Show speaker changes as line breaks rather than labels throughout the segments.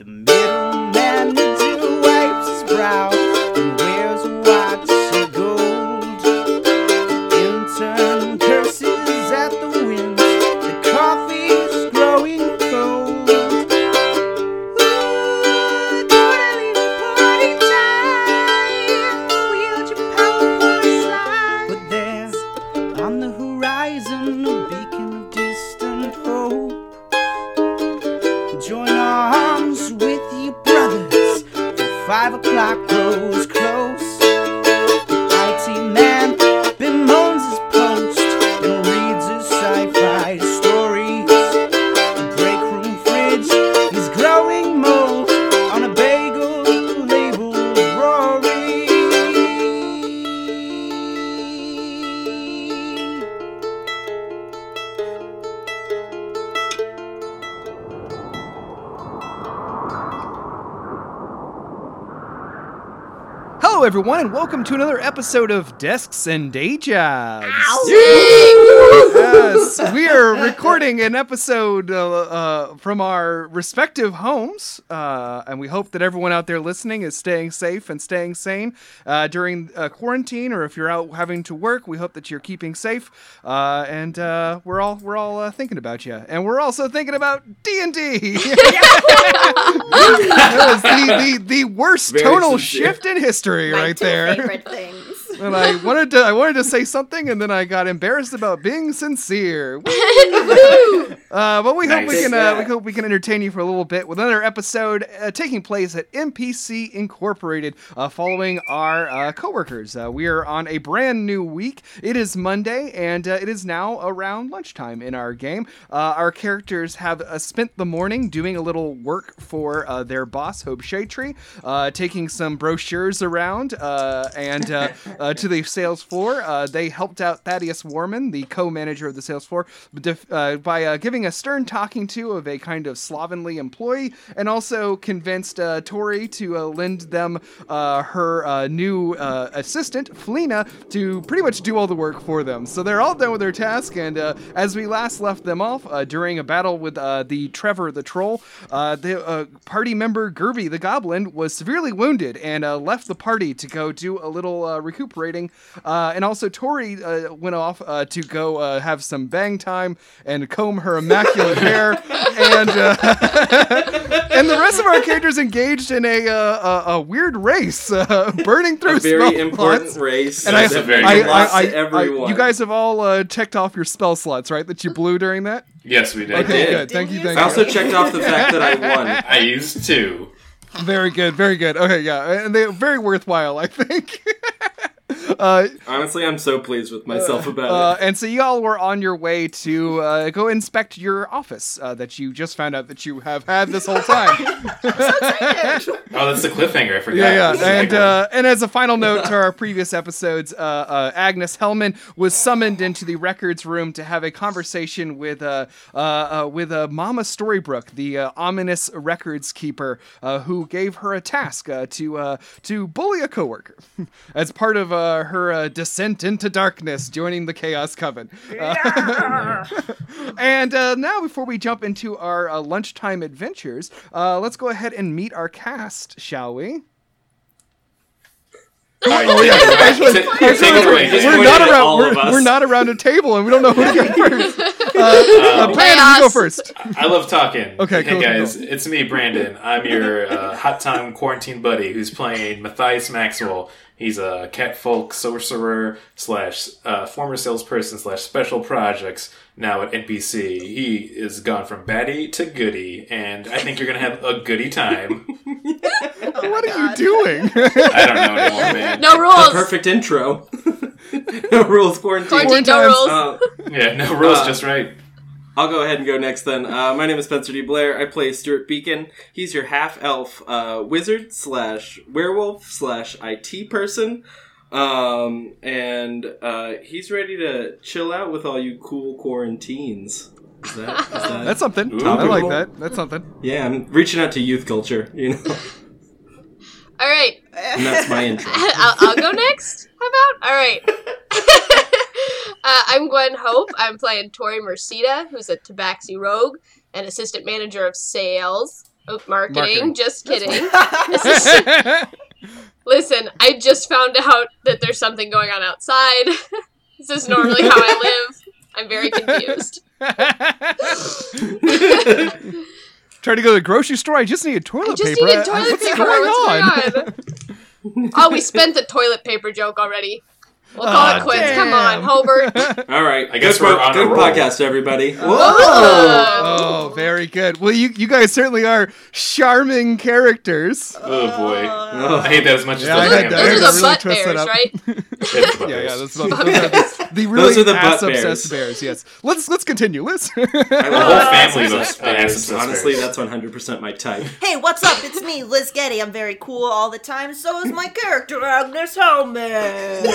The middleman needs to wipe his brow and wears a watch of gold. Intern curses at the wind. The coffee's growing cold. Ooh, totally party time. Wield your powerful slide. But there, on the horizon, a beacon of distant hope. Join arms with your brothers. The five o'clock grows close. The IT man bemoans his post and reads his sci-fi stories. The break room fridge is growing mold on a bagel labeled Rory.
Hello, everyone, and welcome to another episode of Desks and Day Jobs. yes, we are recording an episode uh, uh, from our respective homes, uh, and we hope that everyone out there listening is staying safe and staying sane uh, during uh, quarantine, or if you're out having to work, we hope that you're keeping safe. Uh, and uh, we're all we're all uh, thinking about you, and we're also thinking about D and D. That was the, the, the worst
Very
tonal
sincere.
shift in history,
My
right
two
there
Favorite things.
and I wanted to I wanted to say something, and then I got embarrassed about being sincere. Woo! uh, but we hope we
Nice.
can uh, we hope we can entertain you for a little bit with another episode uh, taking place at MPC Incorporated, uh, following our uh, coworkers. Uh, we are on a brand new week. It is Monday, and uh, it is now around lunchtime in our game. Uh, our characters have uh, spent the morning doing a little work for uh, their boss, Hope Shaytree, uh, taking some brochures around uh, and uh, uh, to the sales floor. Uh, they helped out Thaddeus Warman, the co-manager of the sales floor, def- uh, by uh, giving a stern talking to of a kind of slovenly employee, and also convinced uh, Tori to uh, lend them uh, her uh, new uh, assistant, Felina, to pretty much do all the work for them. So they're all done with their task, and uh, as we last left them off uh, during a battle with uh, the Trevor the troll, uh, the uh, party member Gerby the goblin was severely wounded and uh, left the party to go do a little uh, recuperating. Uh, and also, Tori uh, went off uh, to go uh, have some bang time and comb her immaculate hair. And uh, and the rest of our characters engaged in a uh, a, a weird race, uh, burning through
a very
spell
important
slots.
race.
And I,
That's a very
I-
good loss
I-
to
I- I-
everyone.
you guys have all uh, checked off your spell slots, right? That you blew during that.
Yes, we did.
Okay,
did.
good. Thank you.
Didn't
Thank
I
you.
also checked off the fact that I won.
I used two.
Very good, very good. Okay, yeah, and they're very worthwhile, I think. uh,
Honestly, I'm so pleased with myself about
uh,
it.
and so y'all were on your way to uh, go inspect your office uh, that you just found out that you have had this whole time.
Oh, that's the cliffhanger. I forgot.
yeah, yeah.
That's the
And
big one.
uh, and as a final note to our previous episodes, uh, uh, Agnes Hellman was summoned into the records room to have a conversation with uh, uh, uh, with uh, Mama Storybrooke, the uh, ominous records keeper, uh, who gave her a task uh, to uh, to bully a coworker as part of uh, her uh, descent into darkness, joining the Chaos Coven. Uh, and uh, now, before we jump into our uh, lunchtime adventures, uh, let's go ahead and meet our cast, shall we?
oh, yeah. Take, take it away. Just
we're
point
not
it at
around.
all
We're,
of us.
we're not around a table, and we don't know who to get first. Uh,
Um,
Brandon, you go
Chaos.
first.
I love talking.
Okay,
hey
cool,
guys,
cool.
it's me, Brandon. I'm your uh, hot time quarantine buddy who's playing Matthias Maxwell. He's a cat folk sorcerer slash uh, former salesperson slash special projects now at NPC. He is gone from baddie to goody, and I think you're gonna have a goody time.
What are you doing?
I don't know anymore, man.
No rules.
Perfect intro. no rules, quarantine.
Quarantine, no
times.
rules.
Uh,
Yeah, no rules,
Uh,
just right.
I'll go ahead and go next then. Uh, my name is Spencer D. Blair. I play Stuart Beacon. He's your half elf uh, wizard slash werewolf slash IT person. Um, and uh, he's ready to chill out with all you cool quarantines. Is that, is that,
That's something.
Ooh.
I like that. That's something.
yeah, I'm reaching out to youth culture, you know?
All right,
and that's my intro.
I'll, I'll go next. How about? All right. uh, I'm Gwen Hope. I'm playing Tori Mercida, who's a Tabaxi rogue and assistant manager of sales. Oh, marketing,
Marketing.
just kidding. Listen, I just found out that there's something going on outside. this is normally how I live. I'm very confused.
Trying to go to the grocery store. I just needed toilet
I just
paper.
needed
Uh,
toilet
What's
paper.
Going on?
What's going on? oh, we spent the toilet paper joke already. We'll call
Aw,
it quits. Come
Ah, damn.
on, Uh, Hobart.
All right,
I guess
good
we're
po-
on a
good
roll.
podcast, everybody.
Uh, Oh, very good. Well, you you guys certainly are charming characters.
Oh boy. I
Ugh.
hate that as much as
Yeah,
the
I
thing
had
I'm
that.
Those are
Those
doing.
the
really twist
butt
that
bears,
up.
right?
It's the
Yeah, yeah,
best.
that's about, those are the, the really
are the butt
ass
bears.
obsessed bears. Yes, let's let's continue. Let's.
I
The
love
whole
that.
family
That's
loves
obsessed.
asses.
Honestly, that's 100% my type.
Hey, what's up? It's me, Liz Getty. I'm very cool all the time. So is my character, Agnes Hellman.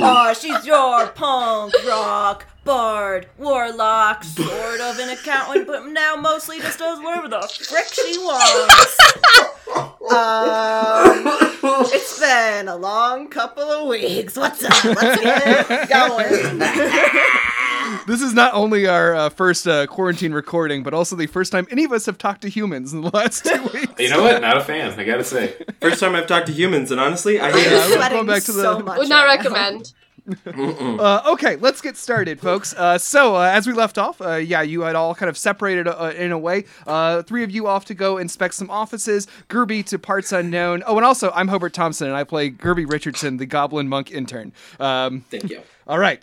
Aw, she's your punk rock bard, warlock, sort of an accountant, but now mostly just does whatever the frick she wants. um, it's been a long couple of weeks. What's up? Let's get going.
This is not only our uh, first uh, quarantine recording, but also the first time any of us have talked to humans in the last two weeks.
You know what? Not a fan. I gotta say.
First time I've talked to humans, and honestly, I hate
Yeah,
it.
would go back to the-
Would not recommend.
Uh, okay, let's get started, folks. Uh, so, uh, as we left off, uh, yeah, you had all kind of separated uh, in a way. Uh, three of you off to go inspect some offices, Gerby to parts unknown. Oh, and also, I'm Hobart Thompson, and I play Gerby Richardson, the Goblin Monk intern. Um,
Thank you.
all right.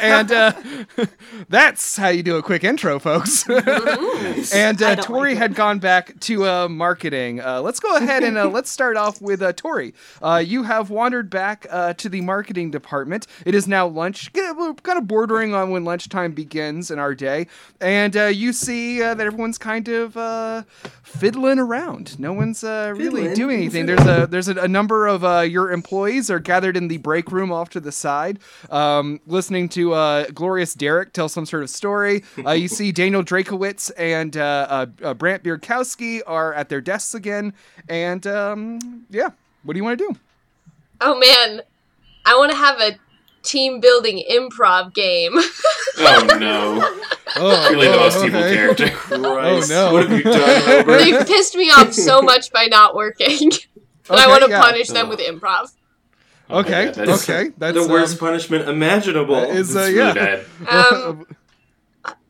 and uh, that's how you do a quick intro, folks. and
I
uh,
don't
Tori
like it.
had gone back to uh, marketing. Uh, let's go ahead and uh, let's start off with uh, Tori. Uh, you have wandered back uh, to the marketing department. It is now lunch, kind of- kind of bordering on when lunchtime begins in our day. And uh, you see uh, that everyone's kind of uh, fiddling around. No one's uh, really
Fiddling?
doing anything. There's a there's a, a number of uh, your employees are gathered in the break room off to the side, um, listening to uh, glorious Derek tell some sort of story. Uh, you see Daniel Drakowitz and uh, uh, uh, Brant Bierkowski are at their desks again, and um, yeah, what do you want to do?
Oh man, I want to have a team building improv game.
Oh no.
Oh,
Really the most evil character.
Christ.
no.
What have you done, Robert?
They've pissed me off so much by not working. And I
Okay,
want to
yeah.
punish them with improv.
Oh,
Okay,
Yeah, that's-
okay, that's
the worst
um,
punishment imaginable.
that is,
It's
uh,
really
yeah.
bad.
uh,
Um,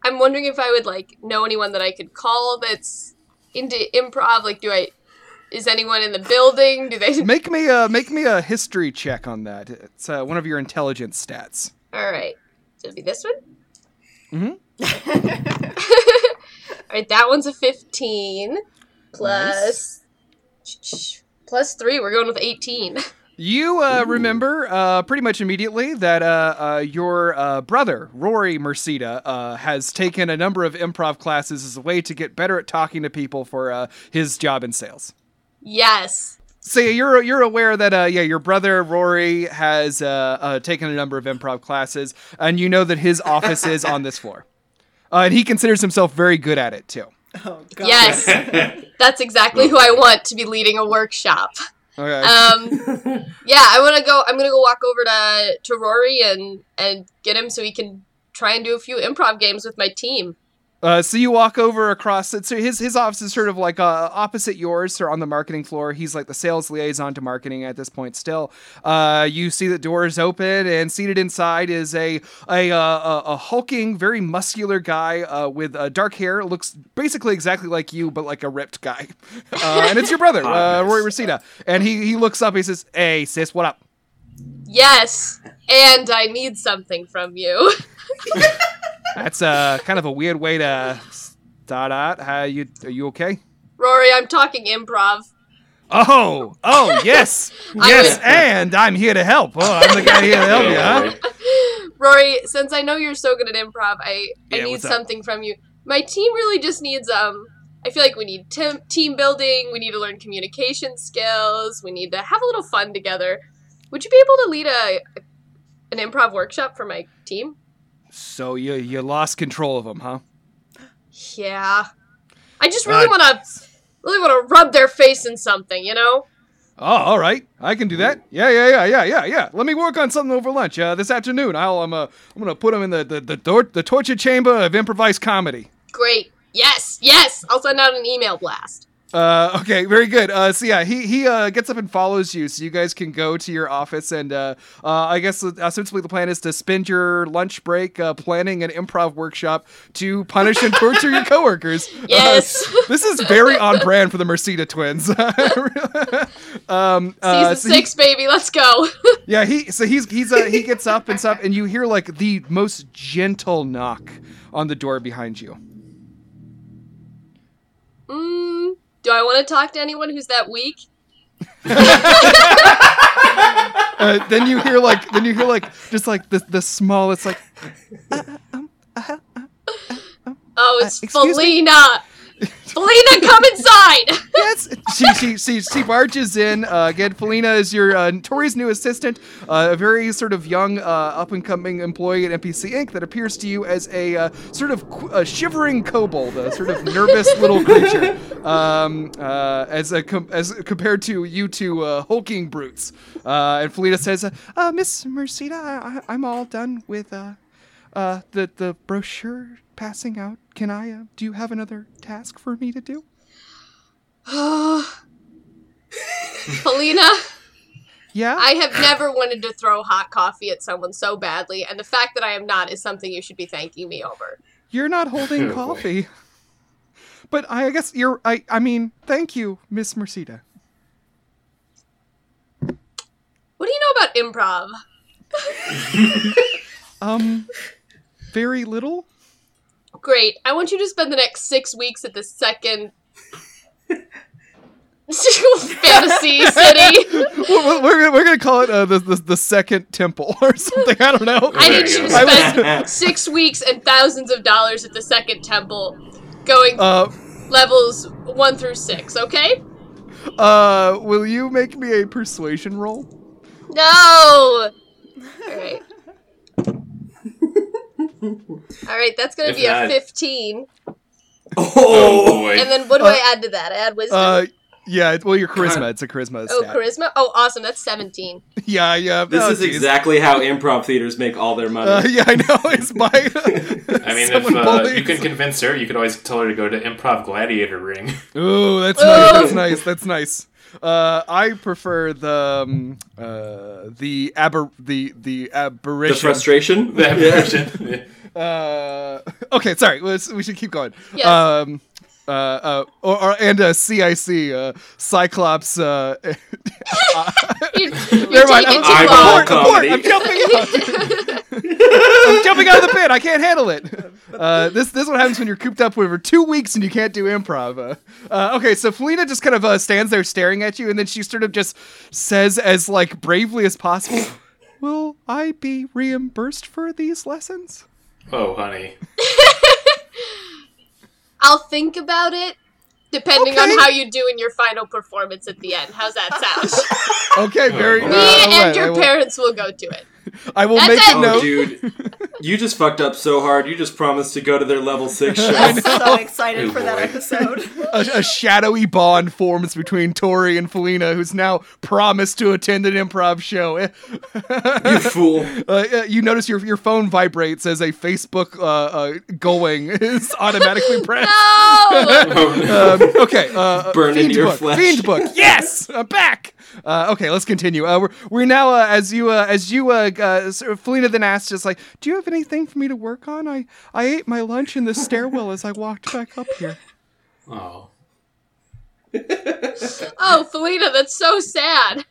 I'm wondering if I would like know anyone that I could call that's into improv. Like, do I? Is anyone in the building? Do they?
Make me a make me a history check on that. It's uh, one of your intelligence stats.
All right, it'll be this one.
Mhm.
All right, that one's a fifteen plus plus three. We're going with eighteen.
You uh, remember uh, pretty much immediately that uh, uh, your uh, brother, Rory Mercida, uh, has taken a number of improv classes as a way to get better at talking to people for uh, his job in sales.
Yes.
So yeah, you're you're aware that uh, yeah your brother Rory has uh, uh, taken a number of improv classes, and you know that his office is on this floor, uh, and he considers himself very good at it too.
Oh, God.
Yes. That's exactly who I want to be leading a workshop.
Okay.
Um, yeah, I want to go. I'm gonna go walk over to to Rory and and get him so he can try and do a few improv games with my team.
Uh, so you walk over across. So his his office is sort of like uh, opposite yours, or on the marketing floor. He's like the sales liaison to marketing at this point. Still, uh, you see the door is open, and seated inside is a a uh, a, a hulking, very muscular guy uh, with uh, dark hair. Looks basically exactly like you, but like a ripped guy. Uh, and it's your brother, uh,
Hotness.
Roy Reseda. And he he looks up. He says, "Hey sis, what up?"
Yes, and I need something from you.
That's uh, kind of a weird way to start out. How you are you okay?
Rory, I'm talking improv.
Oh, oh, yes,
I
yes,
was-
and I'm here to help. Oh, I'm the guy here to help you, huh?
Oh,
Rory, since I know you're so good at improv, I
Yeah,
I need
what's up?
something from you. My team really just needs um. I feel like we need tim team building. We need to learn communication skills. We need to have a little fun together. Would you be able to lead a an improv workshop for my team?
So you you lost control of him, huh?
Yeah. I just really
Uh,
want to really want to rub their face in something, you know?
Oh, all right, I can do that. Yeah, yeah, yeah, yeah, yeah, yeah. Let me work on something over lunch uh, this afternoon. I'll I'm uh, I'm gonna put him in the the the, tor- the torture chamber of improvised comedy.
Great. Yes. Yes. I'll send out an email blast.
Uh, okay, very good. Uh, so yeah, he he uh, gets up and follows you, so you guys can go to your office, and uh, uh, I guess ostensibly the plan is to spend your lunch break uh, planning an improv workshop to punish and torture your coworkers.
Yes.
Uh, this is very on brand for the Mercedes twins. um, uh,
Season
so he-
six, baby, let's go.
yeah, he so he's he's uh, he gets up and stuff, and you hear like the most gentle knock on the door behind you.
mm, do I want to talk to anyone who's that weak?
Uh, then you hear like then you hear like just like the the smallest like
Oh,
Uh,
it's
excuse me?
Felina. Felina, come inside.
yes. She she she she barges in uh, again. Felina is your uh, Tori's new assistant, uh, a very sort of young, uh, up and coming employee at NPC Inc. that appears to you as a uh, sort of qu- a shivering kobold, a sort of nervous little creature, um, uh, as a com- as compared to you two uh, hulking brutes. Uh, and Felina says, uh, uh, "Miss Mercida, I- I- I'm all done with uh, uh, the the brochure." Passing out. Can I? Uh, do you have another task for me to do?
Felina,
Yeah.
I have never wanted to throw hot coffee at someone so badly, and the fact that I am not is something you should be thanking me over.
You're not holding
Oh, boy.
coffee. But I, I guess you're. I, I mean, thank you, Miss Mercida.
What do you know about improv?
Um, very little.
Great. I want you to spend the next six weeks at the second fantasy city.
We're, we're, gonna- we're gonna call it uh, the, the the second temple or something. I don't know.
I
There
need
you
you to
go. I
was-
spend six weeks and thousands of dollars at the second temple, going
Uh,
levels one through six. Okay?
uh, will you make me a persuasion roll?
No. All right. All right. That's gonna
If
be a
not-
fifteen.
Oh
Oh,
boy.
And then what do I add to that? I add wisdom.
Uh, yeah. Well, your charisma. It's a charisma
oh,
stat.
charisma. Oh, awesome. That's seventeen.
yeah, yeah.
this
oh,
is
geez.
exactly how improv theaters make all their money.
Uh, yeah, I know. It's my.
I mean, if
someone
uh, you
bullies.
can convince her, you could always tell her to go to Improv Gladiator Ring.
Ooh, that's
Ooh.
nice. That's nice. That's nice. Uh, I prefer the um, uh, the aber the the
the
aberration.
frustration.
that
Yeah.
version.
uh, okay, sorry. Let's, we should keep going.
Yes.
Um, uh, uh, or, or and uh, CIC uh, Cyclops. Uh,
You, you
never mind.
take it
I'm,
too
I'm
far.
all
abort, abort, I'm
comedy.
jumping out. I'm jumping out of the pit. I can't handle it. Uh, this this what happens when you're cooped up over two weeks and you can't do improv. Uh, uh, okay, so Felina just kind of uh, stands there staring at you, and then she sort of just says as like bravely as possible, "Will I be reimbursed for these lessons?"
Oh, honey.
I'll think about it depending
Okay.
on how you do in your final performance at the end. How's that sound?
Okay, very.
Oh,
Uh,
boy.
Me
all right,
and your
I will,
parents will go do it.
I will
That's
make
it.
a
Oh,
note.
dude, you just fucked up so hard. You just promised to go to their level six show.
I'm so excited for that
boy.
episode.
a, a shadowy bond forms between Tori and Felina, who's now promised to attend an improv show. Eh,
you fool.
Uh, uh, you notice your your phone vibrates as a Facebook uh, uh, going is automatically pressed.
No!
Oh,
Um, okay, uh,
Burn
Fiend
into your
book.
flesh.
Fiend book. Yes, I'm back. Uh, okay, let's continue. Uh, we're, we're now uh, as you uh, as you uh, uh, so Felina then asks, just like, do you have anything for me to work on? I I ate my lunch in the stairwell as I walked back up here.
no. oh.
Oh, Felina, that's so sad.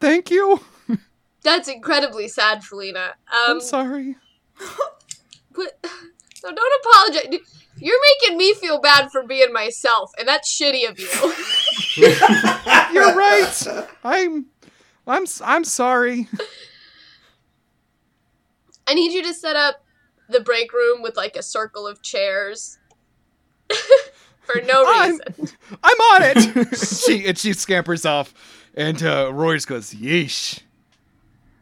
Thank you.
That's incredibly sad, Felina. Um,
I'm sorry.
but, so don't apologize. Dude, You're making me feel bad for being myself, and that's shitty of you.
You're right. I'm I'm s- I'm sorry.
I need you to set up the break room with like a circle of chairs for no
I'm-
reason.
I'm on it. she and she scampers off, and uh, Royce goes, "Yeesh,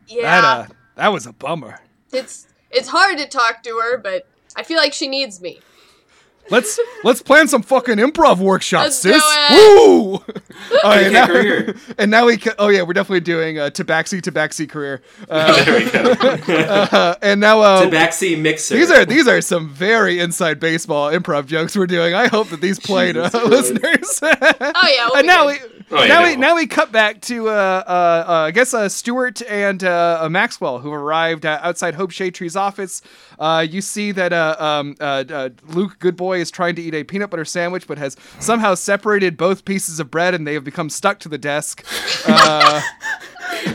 yeah.
that uh, that was a bummer."
it's it's hard to talk to her, but I feel like she needs me.
Let's let's plan some fucking improv workshops,
Let's do
sis.
it.
Woo! Oh,
Okay,
and, now,
career.
and now we ca- oh yeah, we're definitely doing a tabaxi tabaxi career. Uh,
there we go.
uh, and now uh,
Tabaxi mixer.
these are these are some very inside baseball improv jokes we're doing. I hope that these played uh,
Jesus Christ.
listeners.
Oh yeah. we'll
and Uh,
be
now we
good.
Oh, yeah,
now
no.
we now we cut back to uh, uh, uh I guess uh, Stewart and uh, uh, Maxwell who arrived uh, outside Hope Shaytree's office. Uh, you see that uh, um, uh, uh, Luke Goodboy is trying to eat a peanut butter sandwich, but has somehow separated both pieces of bread, and they have become stuck to the desk. Uh,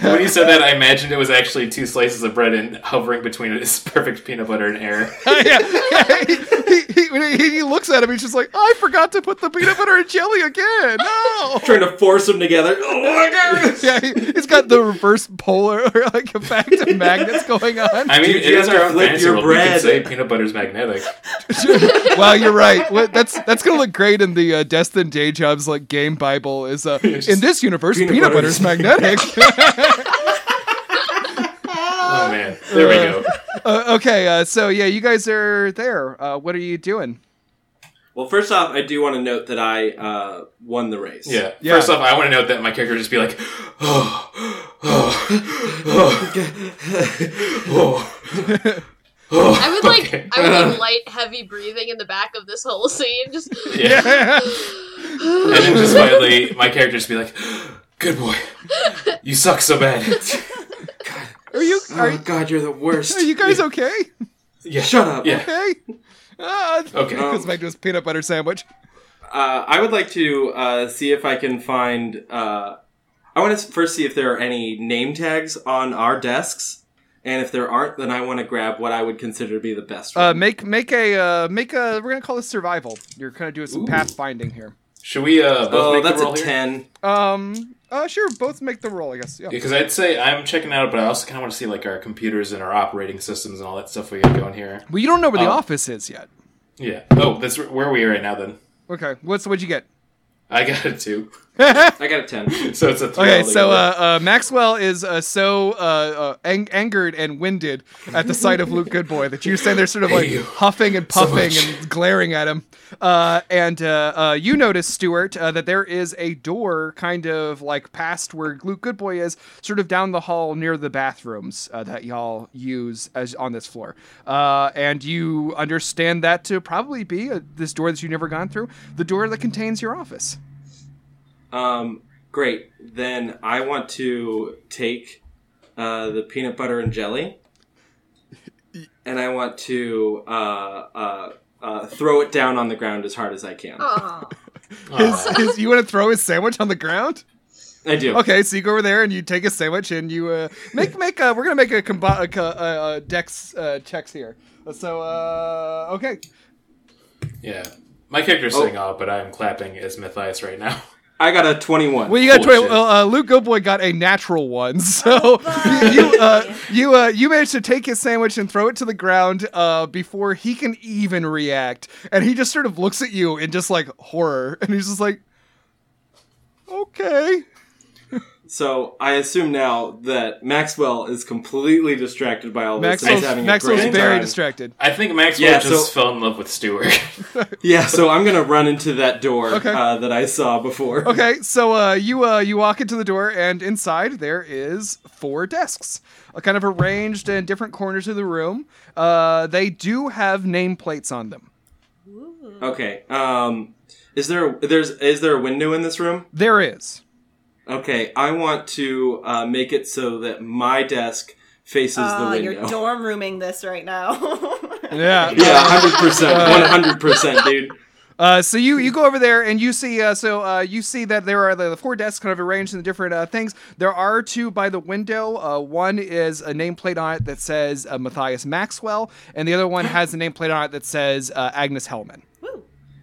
When you said that, I imagined it was actually two slices of bread and hovering between it is perfect peanut butter and air.
yeah, yeah, he, he- he- he- he looks at him. He's just like, I forgot to put the peanut butter and jelly again. No.
trying to force them together. Oh my god!
Yeah, he, he's got the reverse polar like effect of magnets going on.
I mean,
Dude,
it
you
is
have to
our own
flip
fantasy
your
world. We
bread.
could say peanut butter's magnetic.
wow, you're right. What, that's that's gonna look great in the uh, Destin Day Jobs like game bible. Is uh,
Yes.
in this universe, peanut,
Peanut
butter's
butter's-
magnetic.
Oh man, there we go.
uh, okay, uh, so yeah, you guys are there. Uh, what are you doing?
Well, first off, I do want to note that I uh, won the race.
Yeah.
Yeah.
First off, I want to note that my character would just be like, oh, oh, oh, oh.
I would like
Okay.
I would like light heavy breathing in the back of this whole scene. Just
Yeah. And then just finally, my character would just be like, good boy, you suck so bad.
Are you are,
Oh god, you're the worst.
are you guys okay?
Yeah.
Shut up. Um,
Yeah.
Okay. Uh,
Okay.
goes back to his peanut butter sandwich.
Uh, I would like to uh, see if I can find. Uh, I want to first see if there are any name tags on our desks, and if there aren't, then I want to grab what I would consider to be the best.
Uh,
one.
make make a uh, make a. We're gonna call this survival. You're kind of doing some
Ooh.
pathfinding here.
Should we uh, both
oh,
make
that's
the
a
roll here?
ten.
Um. Uh. Sure. Both make the roll. I guess. Yeah.
Because I'd say I'm checking out, but I also kind of want to see like our computers and our operating systems and all that stuff we got going here.
Well, you don't know where the
Oh.
office is yet.
Yeah. Oh, that's where we are right now. Then
Okay. What's what'd you get?
I got a two,
I got a ten.
so it's a three.
Okay,
altogether.
so uh, uh, Maxwell is uh, so uh, uh, ang- angered and winded at the sight of Luke Goodboy that you're standing there sort of like
Hate you
huffing and puffing
much.
and glaring at him. Uh, and uh, uh, you notice, Stuart, uh, that there is a door kind of like past where Luke Goodboy is, sort of down the hall near the bathrooms uh, that y'all use as on this floor. Uh, and you understand that to probably be uh this door that you've never gone through, the door that contains your office.
Um, great. Then I want to take uh, the peanut butter and jelly, and I want to uh, uh, uh, throw it down on the ground as hard as I can.
oh,
uh,
Aw.
Is- is- you want to throw his sandwich on the ground?
I do.
Okay, so you go over there and you take a sandwich and you uh, make make uh, we're gonna make a, combi- a, co- uh uh dex uh, checks here. So uh, okay,
yeah, my character's sitting
Oh.
off, but I'm clapping as Matthias right now.
I got a twenty-one.
well you got
Bullshit.
twenty. Well, uh, Luke Goodboy got a natural one, so you you uh, you, uh, you managed to take his sandwich and throw it to the ground uh, before he can even react, and he just sort of looks at you in just like horror, and he's just like, okay.
So I assume now that Maxwell is completely distracted by all this. and he's
Maxwell's,
having
Maxwell's
a great
very
time.
distracted.
I think Maxwell
Yeah,
just
so-
fell in love with Stewart.
Yeah, so I'm gonna run into that door
Okay.
uh, that I saw before.
Okay, so uh, you uh, you walk into the door, and inside there is four desks, uh, kind of arranged in different corners of the room. Uh, they do have nameplates on them.
Okay. Um, is there there's is there a window in this room?
There is.
Okay, I want to uh, make it so that my desk faces
Ah,
the
you're
window.
dorm rooming this right now.
Yeah.
yeah, hundred percent, one hundred percent, dude.
Uh, so you you go over there and you see uh, so uh, you see that there are the, the four desks kind of arranged in the different uh, things. There are two by the window. Uh, one is a nameplate on it that says uh, Matthias Maxwell, and the other one has a nameplate on it that says uh, Agnes Hellman.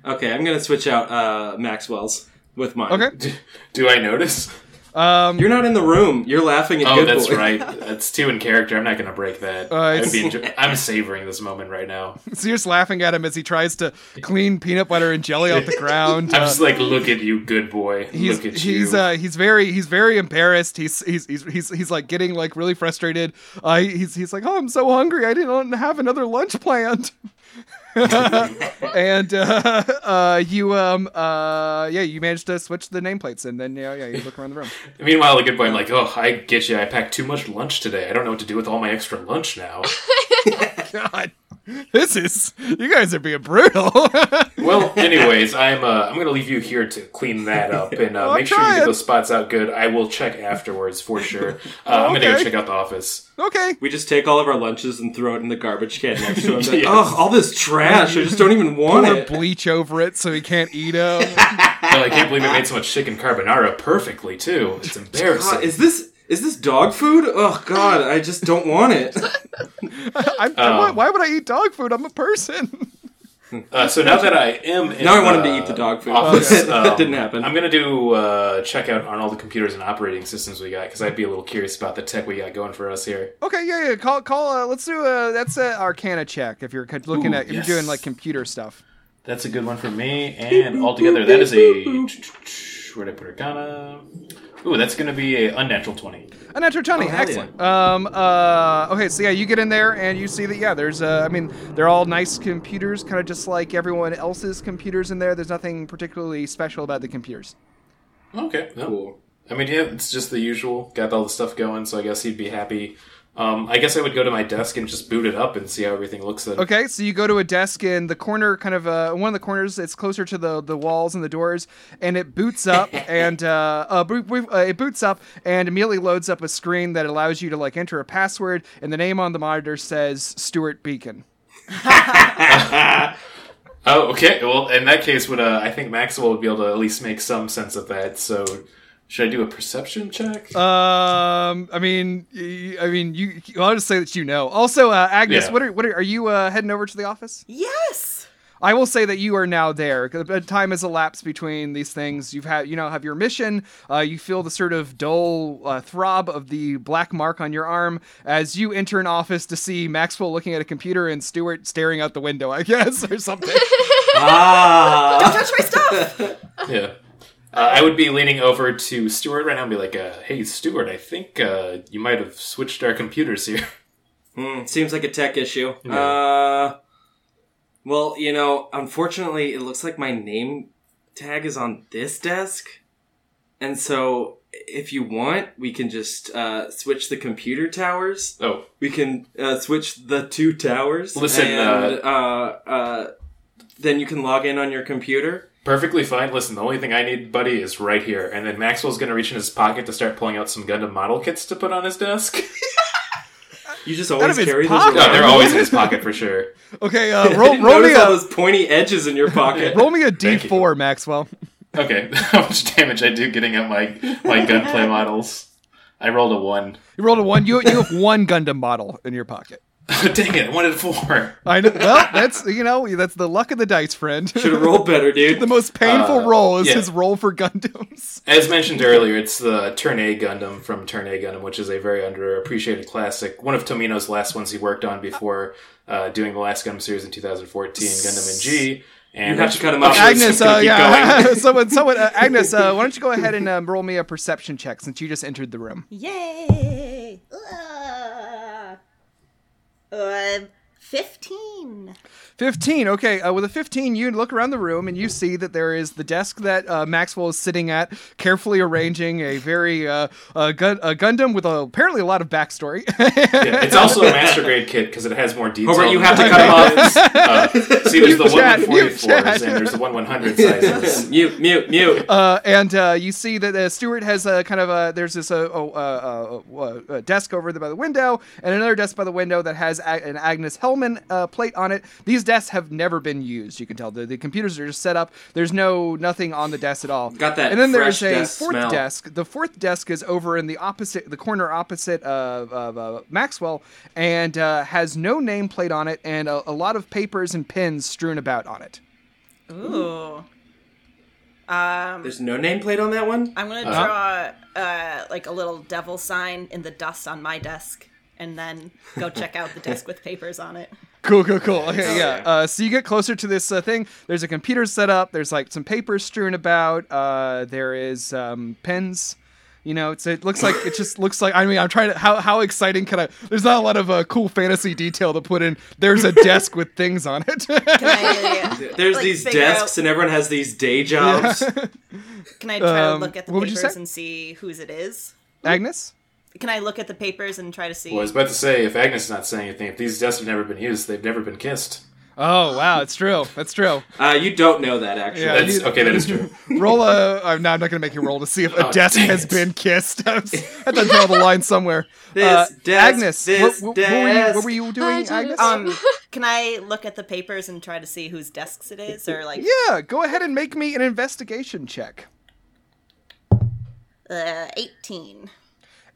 Okay, I'm gonna switch out uh, Maxwell's with mine.
Okay.
do, do I notice?
Um,
You're not in the room. You're laughing at
Oh,
Good
that's
Boy.
right. That's two in character. I'm not going to break that.
Uh,
I would
it's-
be enjo- I'm savoring this moment right now.
So you're just laughing at him as he tries to clean peanut butter and jelly off the ground.
I'm
Uh,
just like, look at you, good boy.
he's
look at
he's
you.
uh, he's very he's very embarrassed. He's he's he's he's, he's like getting like really frustrated. Uh, he's he's like, oh, I'm so hungry. I didn't have another lunch planned. and uh, uh, you, um, uh, yeah, you managed to switch the nameplates, and then yeah, yeah, you look around the room.
Meanwhile, at good
uh,
point, I'm like, oh, I get you. I packed too much lunch today. I don't know what to do with all my extra lunch now.
God, this is you guys are being brutal.
well, anyways, I'm uh, I'm gonna leave you here to clean that up and uh,
Well, I'm
make sure you get
trying.
those spots out good. I will check afterwards for sure. Uh, I'm gonna go
Okay.
check out the office.
okay,
We just take all of our lunches and throw it in the garbage can next to him. Like,
Yes.
Oh, all this trash! I just don't even want
pour
it.
bleach over it so he can't eat it.
Well, I can't believe I made so much chicken carbonara perfectly too. It's embarrassing.
God, Uh, is this is this dog food? Oh God, I just don't want it.
I'm, I'm-
Um,
why would I eat dog food? I'm a person.
Uh, so now that I am, in uh,
Now I want him to eat the dog food.
Office,
That
um,
didn't happen.
I'm gonna do uh, check out on all the computers and operating systems we got because I'd be a little curious about the tech we got going for us here.
Okay, yeah, yeah. Call, call. Uh, let's do a that's a Arcana check if you're co- looking
Ooh,
at if you're doing
yes.
like computer stuff.
That's a good one for me. And altogether, that is a where did I put Arcana? Ooh, that's gonna be a unnatural twenty.
A natural twenty,
Oh, hell
excellent. Um, uh, okay, so yeah, you get in there and you see that yeah, there's uh, I mean, they're all nice computers, kind of just like everyone else's computers in there. There's nothing particularly special about the computers.
Okay, no.
Cool.
I mean, yeah, it's just the usual. Got all the stuff going, so I guess he'd be happy. Um, I guess I would go to my desk and just boot it up and see how everything looks. Then.
Okay, so you go to a desk in the corner, kind of uh, one of the corners. It's closer to the the walls and the doors, and it boots up and uh, uh, boo- boo- uh, it boots up and immediately loads up a screen that allows you to like enter a password, and the name on the monitor says Stuart Beacon.
Oh, okay. Well, in that case, would uh, I think Maxwell would be able to at least make some sense of that? So, should I do a perception check?
Uh. Um, I mean, y- I mean, you. I'll just say that you know. Also, uh, Agnes,
Yeah.
what are what are, are you uh, heading over to the office?
Yes.
I will say that you are now there. The time has elapsed between these things. You've had, you know, have your mission. Uh, you feel the sort of dull uh, throb of the black mark on your arm as you enter an office to see Maxwell looking at a computer and Stewart staring out the window, I guess, or something.
Ah,
Touch my stuff.
yeah. Uh, I would be leaning over to Stuart right now and be like, uh, "Hey, Stuart, I think uh, you might have switched our computers here."
Hmm, seems like a tech issue. Uh, well, you know, unfortunately, it looks like my name tag is on this desk, and so if you want, we can just uh, switch the computer towers.
oh,
we can uh, switch the two towers.
Listen,
and, uh, uh, then you can log in on your computer.
perfectly fine. Listen, the only thing I need, buddy, is right here. And then Maxwell's going to reach in his pocket to start pulling out some Gundam model kits to put on his desk.
You just always
his
carry
pocket.
those.
no,
Around.
they're always in his pocket for sure.
okay, uh,
I
roll,
didn't
roll me
notice all
a
those pointy edges in your pocket.
roll me a D
Thank you.
four, Maxwell.
Okay, how much damage I do getting out my my gunplay models? I rolled a one.
You rolled a one. You you have one Gundam model in your pocket.
Dang it! I wanted four.
I know. Well, that's you know that's the luck of the dice, friend.
Should have rolled better, dude.
the most painful
Uh,
roll is
yeah.
his roll for Gundams.
As mentioned earlier, it's the Turn A Gundam from Turn A Gundam, which is a very underappreciated classic. One of Tomino's last ones he worked on before uh, doing the last Gundam series in 2014, Gundam and G. And
You have to cut him off.
Okay,
Agnes,
so
uh,
keep
yeah,
going.
someone, someone, uh, Agnes, uh, why don't you go ahead and um, roll me a perception check since you just entered the room?
Yay. Ah. Um, fifteen.
Fifteen. Okay, uh, with a fifteen, you look around the room and you see that there is the desk that uh, Maxwell is sitting at, carefully arranging a very uh, uh, gun- a Gundam with a, apparently a lot of backstory.
Yeah, it's also a master grade kit because it has more detail.
Homer, you have to
than
cut him
the
off.
Gundams. Uh, see, there's the
Chad, you
144s
Chad.
and there's the 100 sizes.
mute, mute, mute.
Uh, and uh, you see that uh, Stewart has a kind of a there's this uh, oh, uh, uh, uh, uh, desk over there by the window and another desk by the window that has a- an Agnes Hellman uh, plate on it. These desks have never been used. You can tell the, the computers are just set up. There's no nothing on the desk at all.
Got that
And then there's
fresh
a
desk
fourth
smell.
desk. The fourth desk is over in the opposite the corner opposite of, of uh, Maxwell and uh, has no name plate on it and a, a lot of papers and pins strewn about on it.
Ooh. Um,
There's no nameplate on that one.
I'm gonna
Uh-huh.
draw uh, like a little devil sign in the dust on my desk, and then go check out the desk with papers on it.
Cool, cool, cool. Okay, yeah. Uh, so you get closer to this uh, thing. There's a computer set up. There's like some papers strewn about. Uh, there is um, pens You know, it's, it looks like it just looks like. I mean, I'm trying to. How how exciting can I? There's not a lot of uh, cool fantasy detail to put in. There's a desk with things on it.
Can I,
There's
Like,
these
figure
desks
out-
and everyone has these day jobs.
can I try
Um,
to look at the
what would you
papers
say?
and see whose it is?
Agnes.
Can I look at the papers and try to see?
Well, I was about to say, if Agnes is not saying anything, if these desks have never been used, they've never been kissed.
Oh wow, it's true. That's true.
Uh, you don't know that actually.
Yeah.
That's
you-
okay. That is true.
Roll a. Oh, no, I'm not gonna make you roll to see if a
Oh,
desk
dang
has
it.
been kissed. I had to draw the line somewhere.
This
Uh,
desk,
Agnes. what-
this
what, what were you, what
desk.
were you
I
doing,
did-
Agnes?
Um, can I look at the papers and try to see whose desks it is, or like
yeah, go ahead and make me an investigation check.
uh, eighteen?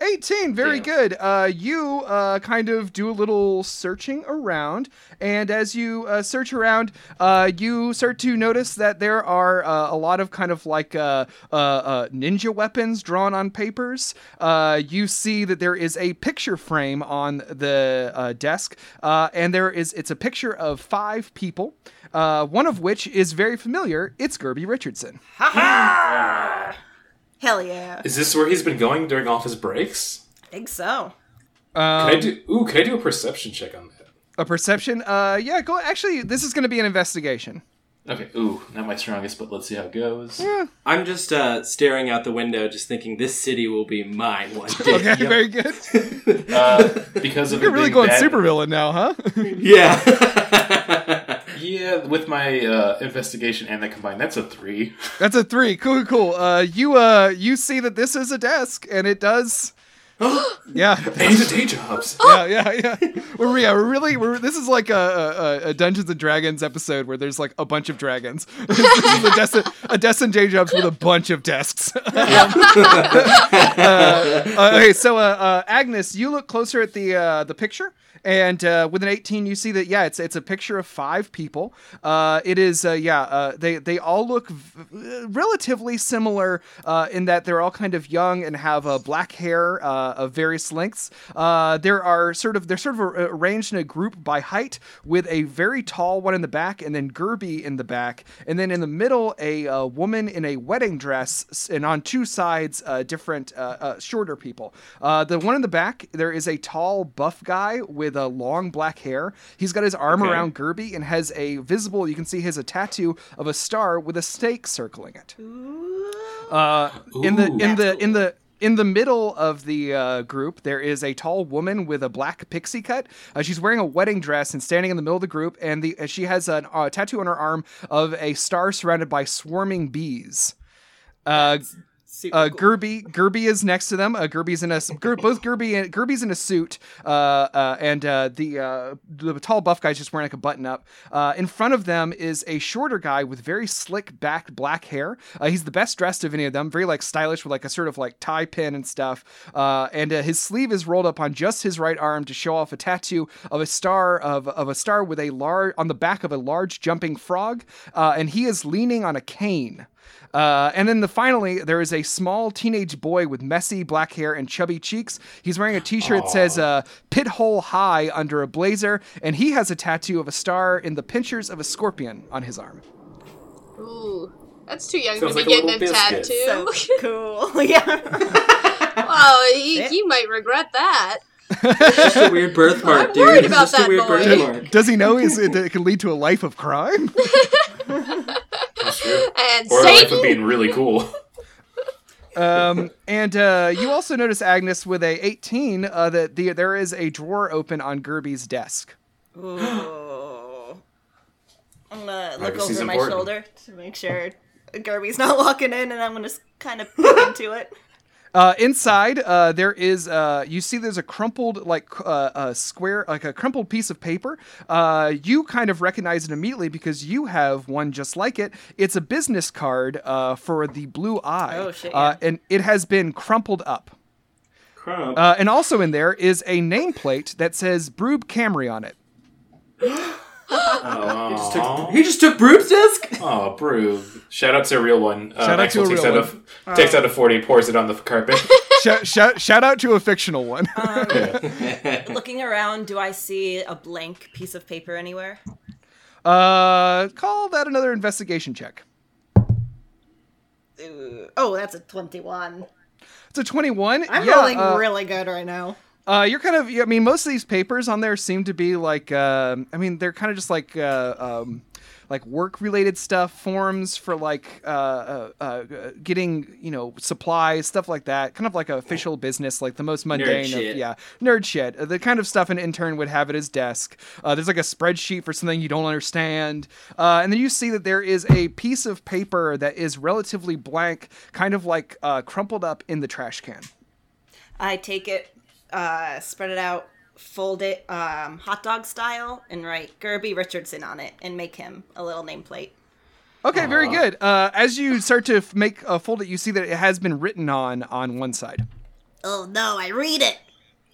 18 very
Yeah.
good uh, you uh, kind of do a little searching around and as you uh, search around uh, you start to notice that there are uh, a lot of kind of like uh, uh, uh, ninja weapons drawn on papers uh, you see that there is a picture frame on the uh, desk uh, and there is it's a picture of five people uh, one of which is very familiar it's gerby richardson
Hell yeah,
Is this where he's been going during all of his breaks?
I think so.
Can I do? Ooh, can I do a perception check on that?
a perception uh, yeah go actually this is going to be an investigation
Okay. Ooh, not my strongest, but let's see how it goes.
I'm just uh, staring out the window, just thinking this city will be mine one day.
Okay, very good.
Uh, because of
You're
it
really
being
going
bad-
supervillain now, huh?
Yeah.
Yeah, with my uh, investigation and that combined, that's a three.
That's a three. Cool, cool. cool. Uh, you uh, you see that this is a desk, and it does. yeah,
And he's a day jobs.
yeah, yeah, yeah. We're yeah, we're really we're this is like a, a, a- a Dungeons and Dragons episode where there's like a bunch of dragons. this is a desk, a desk and day jobs with a bunch of desks. uh, okay, so uh, uh, Agnes, you look closer at the uh, the picture, and uh, with an eighteen, you see that yeah, it's it's a picture of five people. Uh, it is uh, yeah, uh, they they all look v- uh, relatively similar uh, in that they're all kind of young and have uh, black hair uh, of various lengths. Uh, there are sort of they're sort of ar- arranged in a group by height, with a very tall one in the back, and then Gerby in the back, and then in the middle a uh, woman in a wedding dress, s- and on two sides uh, different uh, uh, shorter people. Uh, the one in the back, there is a tall buff guy with a long black hair. He's got his arm
Okay.
around Gerby and has a visible. You can see his a tattoo of a star with a stake circling it. Uh, in the in the in the in the middle of the uh, group, there is a tall woman with a black pixie cut. Uh, she's wearing a wedding dress and standing in the middle of the group, and the, she has a uh, tattoo on her arm of a star surrounded by swarming bees. Uh,
Super
uh,
cool.
Gerby Gerby is next to them. Uh, Gerby's in a Ger, both Gerby and Gerby's in a suit, uh, uh, and uh, the uh, the tall buff guy's just wearing like a button up. Uh, in front of them is a shorter guy with very slick back black hair. Uh, he's the best dressed of any of them. Very like stylish with like a sort of like tie pin and stuff. Uh, and uh, his sleeve is rolled up on just his right arm to show off a tattoo of a star of of a star with a large on the back of a large jumping frog. Uh, and he is leaning on a cane. Uh, and then the finally, there is a small teenage boy with messy black hair and chubby cheeks. He's wearing a T-shirt that says uh, "Pit Hole High" under a blazer, and he has a tattoo of a star in the pinchers of a scorpion on his arm.
Ooh, that's too young
Sounds
to
like a
be getting a,
little biscuit.
tattoo.
so cool. yeah.
oh, he, he might regret that.
just a weird birthmark,
I'm
dude.
worried
It's
about
just a
that
weird
boy.
birthmark.
Does he know is it, that it can lead to a life of crime?
That's true.
And
Or life of
Satan.
being really cool.
Um, and uh, you also notice Agnes with a 18 uh, that the, there is a drawer open on Gerby's desk.
Ooh. I'm gonna look
Privacy's
over my
important.
shoulder to make sure Gerby's not walking in, and I'm gonna kind of peek into it.
Uh, inside, uh, there is uh, you see there's a crumpled like cr- uh, a square like a crumpled piece of paper. Uh, you kind of recognize it immediately because you have one just like it. It's a business card uh, for the Blue Eye,
Oh, shit,
uh, and it has been crumpled up.
Crump.
Uh, and also in there is a nameplate that says Broob Camry on it.
Aw.
he just took Brute's desk?
Oh, Brew. Shout out to a real one. Uh,
Shout out
Maxwell
to a
takes
real
out A, takes out a 40, pours it on the carpet.
shout, shout, shout out to a fictional one.
Uh. Looking around, do I see a blank piece of paper anywhere?
Uh, call that another investigation check.
Ooh. Oh, that's a 21.
It's a 21.
I'm
yeah,
feeling
uh,
really good right now.
uh, you're kind of. I mean, most of these papers on there seem to be like. um I mean, they're kind of just like. Uh, um, like work related stuff, forms for like uh, uh, uh, getting you know supplies, stuff like that. Kind of like official business, like the most mundane.
shit.
Of, yeah, nerd shit. Uh, The kind of stuff an intern would have at his desk. Uh, there's like a spreadsheet for something you don't understand, uh, and then you see that there is a piece of paper that is relatively blank, kind of like uh, crumpled up in the trash can.
I take it, uh, spread it out, fold it um, hot dog style, and write Gerby Richardson on it and make him a little nameplate.
Okay, very good. Uh, as you start to f- make uh, fold it, you see that it has been written on on one side.
Oh no, I read it.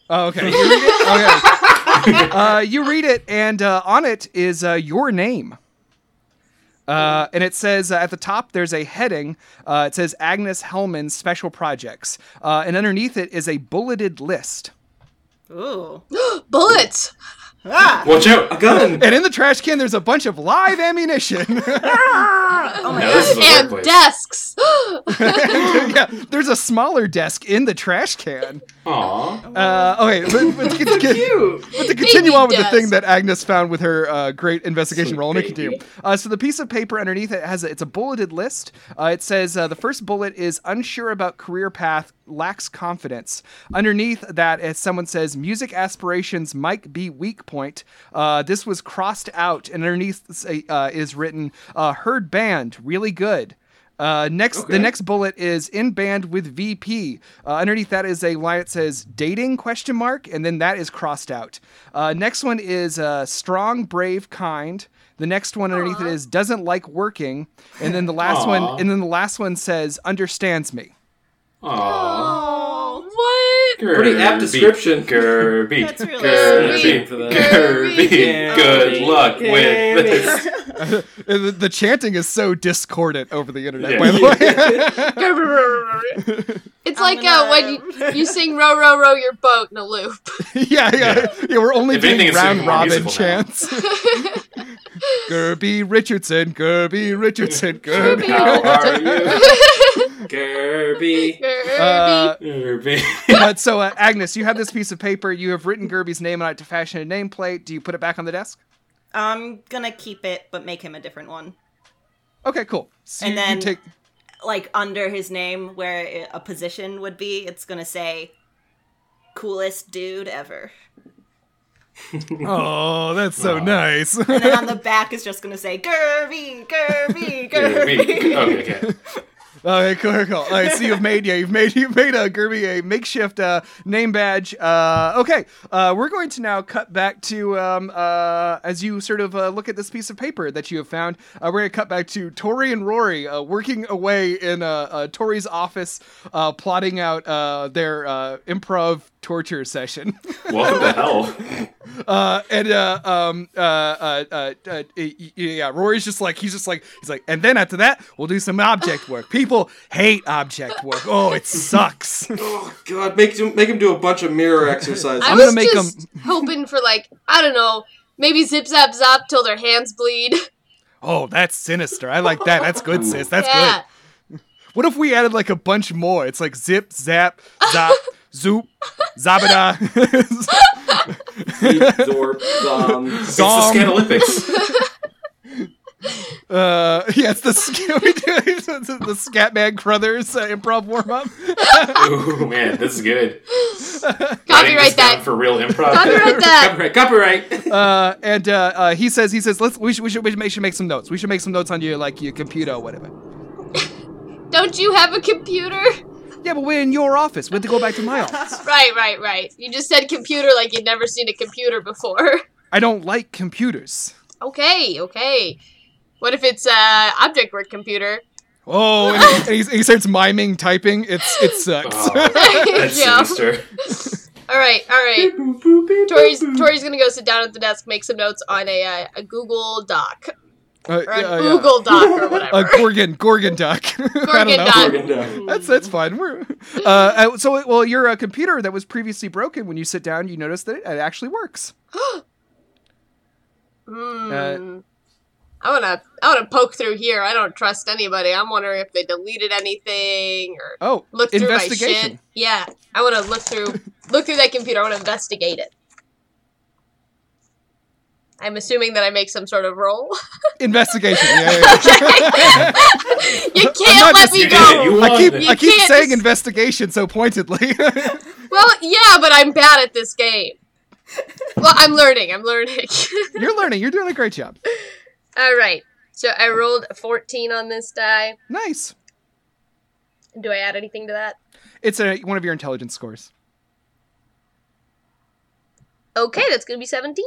Oh, okay. You read it? Okay. Uh, you read it, and uh, on it is uh, your name. Uh, and it says uh, at the top there's a heading. Uh, it says Agnes Hellman Special Projects, uh, and underneath it is a bulleted list.
Ooh.
Bullets!
Ah,
Watch out!
A
Oh
gun.
And in the trash can there's a bunch of live ammunition.
no, this is the
and
workplace.
desks!
yeah, there's a smaller desk in the trash can.
Aw.
Uh, okay, let, let's get, get, but to continue
Baby
on with
desk.
the thing that Agnes found with her uh, great investigation
Sweet
roll,
baby.
Nicotine. Uh, so the piece of paper underneath it has a, it's a bulleted list. Uh, it says uh, the first bullet is unsure about career path, lacks confidence. Underneath that, as someone says, music aspirations might be weak point. Uh, this was crossed out, and underneath this, uh, uh, is written uh, heard band really good. Uh, next, the
Okay.
next bullet is in band with VP. Uh, underneath that is a line that says dating question mark, and then that is crossed out. Uh, next one is uh, strong, brave, kind. The next one underneath it is doesn't like working, and then the last
Aw.
one, and then the last one says understands me.
Aw.
Oh, what?
Pretty apt
Gerby.
description.
Gerby.
That's really
Gerby.
sweet. For that.
Gerby.
Gerby.
Good luck
Gerby.
with this.
And The, the chanting is so discordant over the internet.
Yeah.
By the way,
It's like uh, when you, you sing "Row, row, row your boat" in a loop.
yeah, yeah, yeah,
Yeah.
We're only
If
doing
anything, it's
round
even more
robin
musical now.
chants. Gerby Richardson, Gerby Richardson, Gerby.
How are you?
Gerby.
Uh,
Gerby.
but so uh, Agnes, you have this piece of paper. You have written Gerby's name on it to fashion a nameplate. Do you put it back on the desk?
I'm gonna keep it, but make him a different one.
Okay, cool. So
And
you- you
then-
take-
Like under his name, where it- a position would be, it's gonna say coolest dude ever.
oh, that's so nice.
And then on the back is just gonna say Gerby,
Gerby.
Gerby, Gerby.
Okay, okay.
okay, cool, cool. All right, so you've made yeah, you've made you've made a Gerby a makeshift uh, name badge. Uh, okay, uh, we're going to now cut back to um, uh, as you sort of uh, look at this piece of paper that you have found. Uh, we're going to cut back to Tori and Rory uh, working away in uh, uh, Tori's office, uh, plotting out uh, their uh, improv torture session.
Welcome to hell.
Uh, and uh, um, uh, uh, uh, uh, y- y- yeah, Rory's just like he's just like he's like, and then after that, we'll do some object work. People hate object work. Oh, it sucks.
Oh God, make him make him do a bunch of mirror exercises.
I
I'm
was
gonna make
just hoping for like I don't know, maybe zip zap zap till their hands bleed.
oh, that's sinister. I like that. That's good, sis. That's
yeah,
good. What if we added like a bunch more? It's like zip, zap, zop, zoop, zabada,
Zorp, um,
It's the
zom.
Scanalytics.
Uh, yeah, it's the sc- we do it's the, the Scatman Crothers uh, improv warm up.
Ooh, man, this is good. Writing this
copyright
down
that.
For real improv.
Copyright that.
copyright, copyright.
uh, and uh, uh, he says, he says, let's we should we should we should make, should make some notes. We should make some notes on your like your computer or whatever.
Don't you have a computer?
Yeah, but we're in your office. We have to go back to my office.
Right, right, right. You just said computer like you'd never seen a computer before.
I don't like computers.
Okay, okay. What if it's uh object work computer?
Oh, and, he- and he's- he, starts miming typing. It's it sucks.
Oh, that's
Yeah.
sinister.
All right, all right. Tori's Tori's gonna go sit down at the desk, make some notes on a uh, a Google Doc
Uh,
or an
yeah, yeah.
Google Doc or whatever.
Uh, Gorgon, Gorgon Duck. I don't
Gorgon
know.
Duck.
Organ down.
That's that's fine. We're, uh, uh, so, well, your uh, computer that was previously broken, when you sit down, you Uh, notice that it, it actually works.
Hmm. Mm. I wanna, I wanna poke through here. I don't trust anybody. I'm wondering if they deleted anything or
Oh,
look through my shit.
investigation.
Yeah, I wanna look through, look through that computer. I wanna investigate it. I'm assuming that I make some sort of roll.
Investigation. Yeah, yeah, yeah.
you
not
can't let me
You did
You did
go.
it. You won.
I keep
it.
You
I keep
can't
saying
just-
investigation so pointedly.
Well, yeah, but I'm bad at this game. Well, I'm learning. I'm learning.
You're learning. You're doing a great job.
All right. So I rolled a 14 on this die.
Nice.
Do I add anything to that?
It's a one of your intelligence scores.
Okay, that's going to be 17.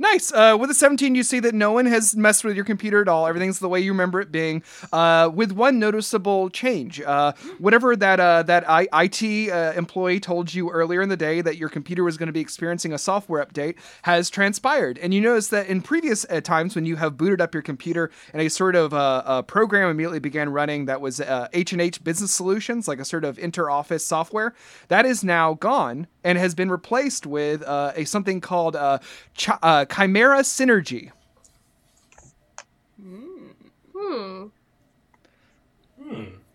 Nice. Uh, with a 17, you see that no one has messed with your computer at all. Everything's the way you remember it being, uh, with one noticeable change. Uh, whatever that uh, that I- IT uh, employee told you earlier in the day that your computer was going to be experiencing a software update has transpired. And you notice that in previous uh, times when you have booted up your computer and a sort of uh, a program immediately began running that was uh, H and H Business Solutions, like a sort of inter-office software, that is now gone and has been replaced with uh, a something called uh, chi- uh, Chimera Synergy.
Hmm.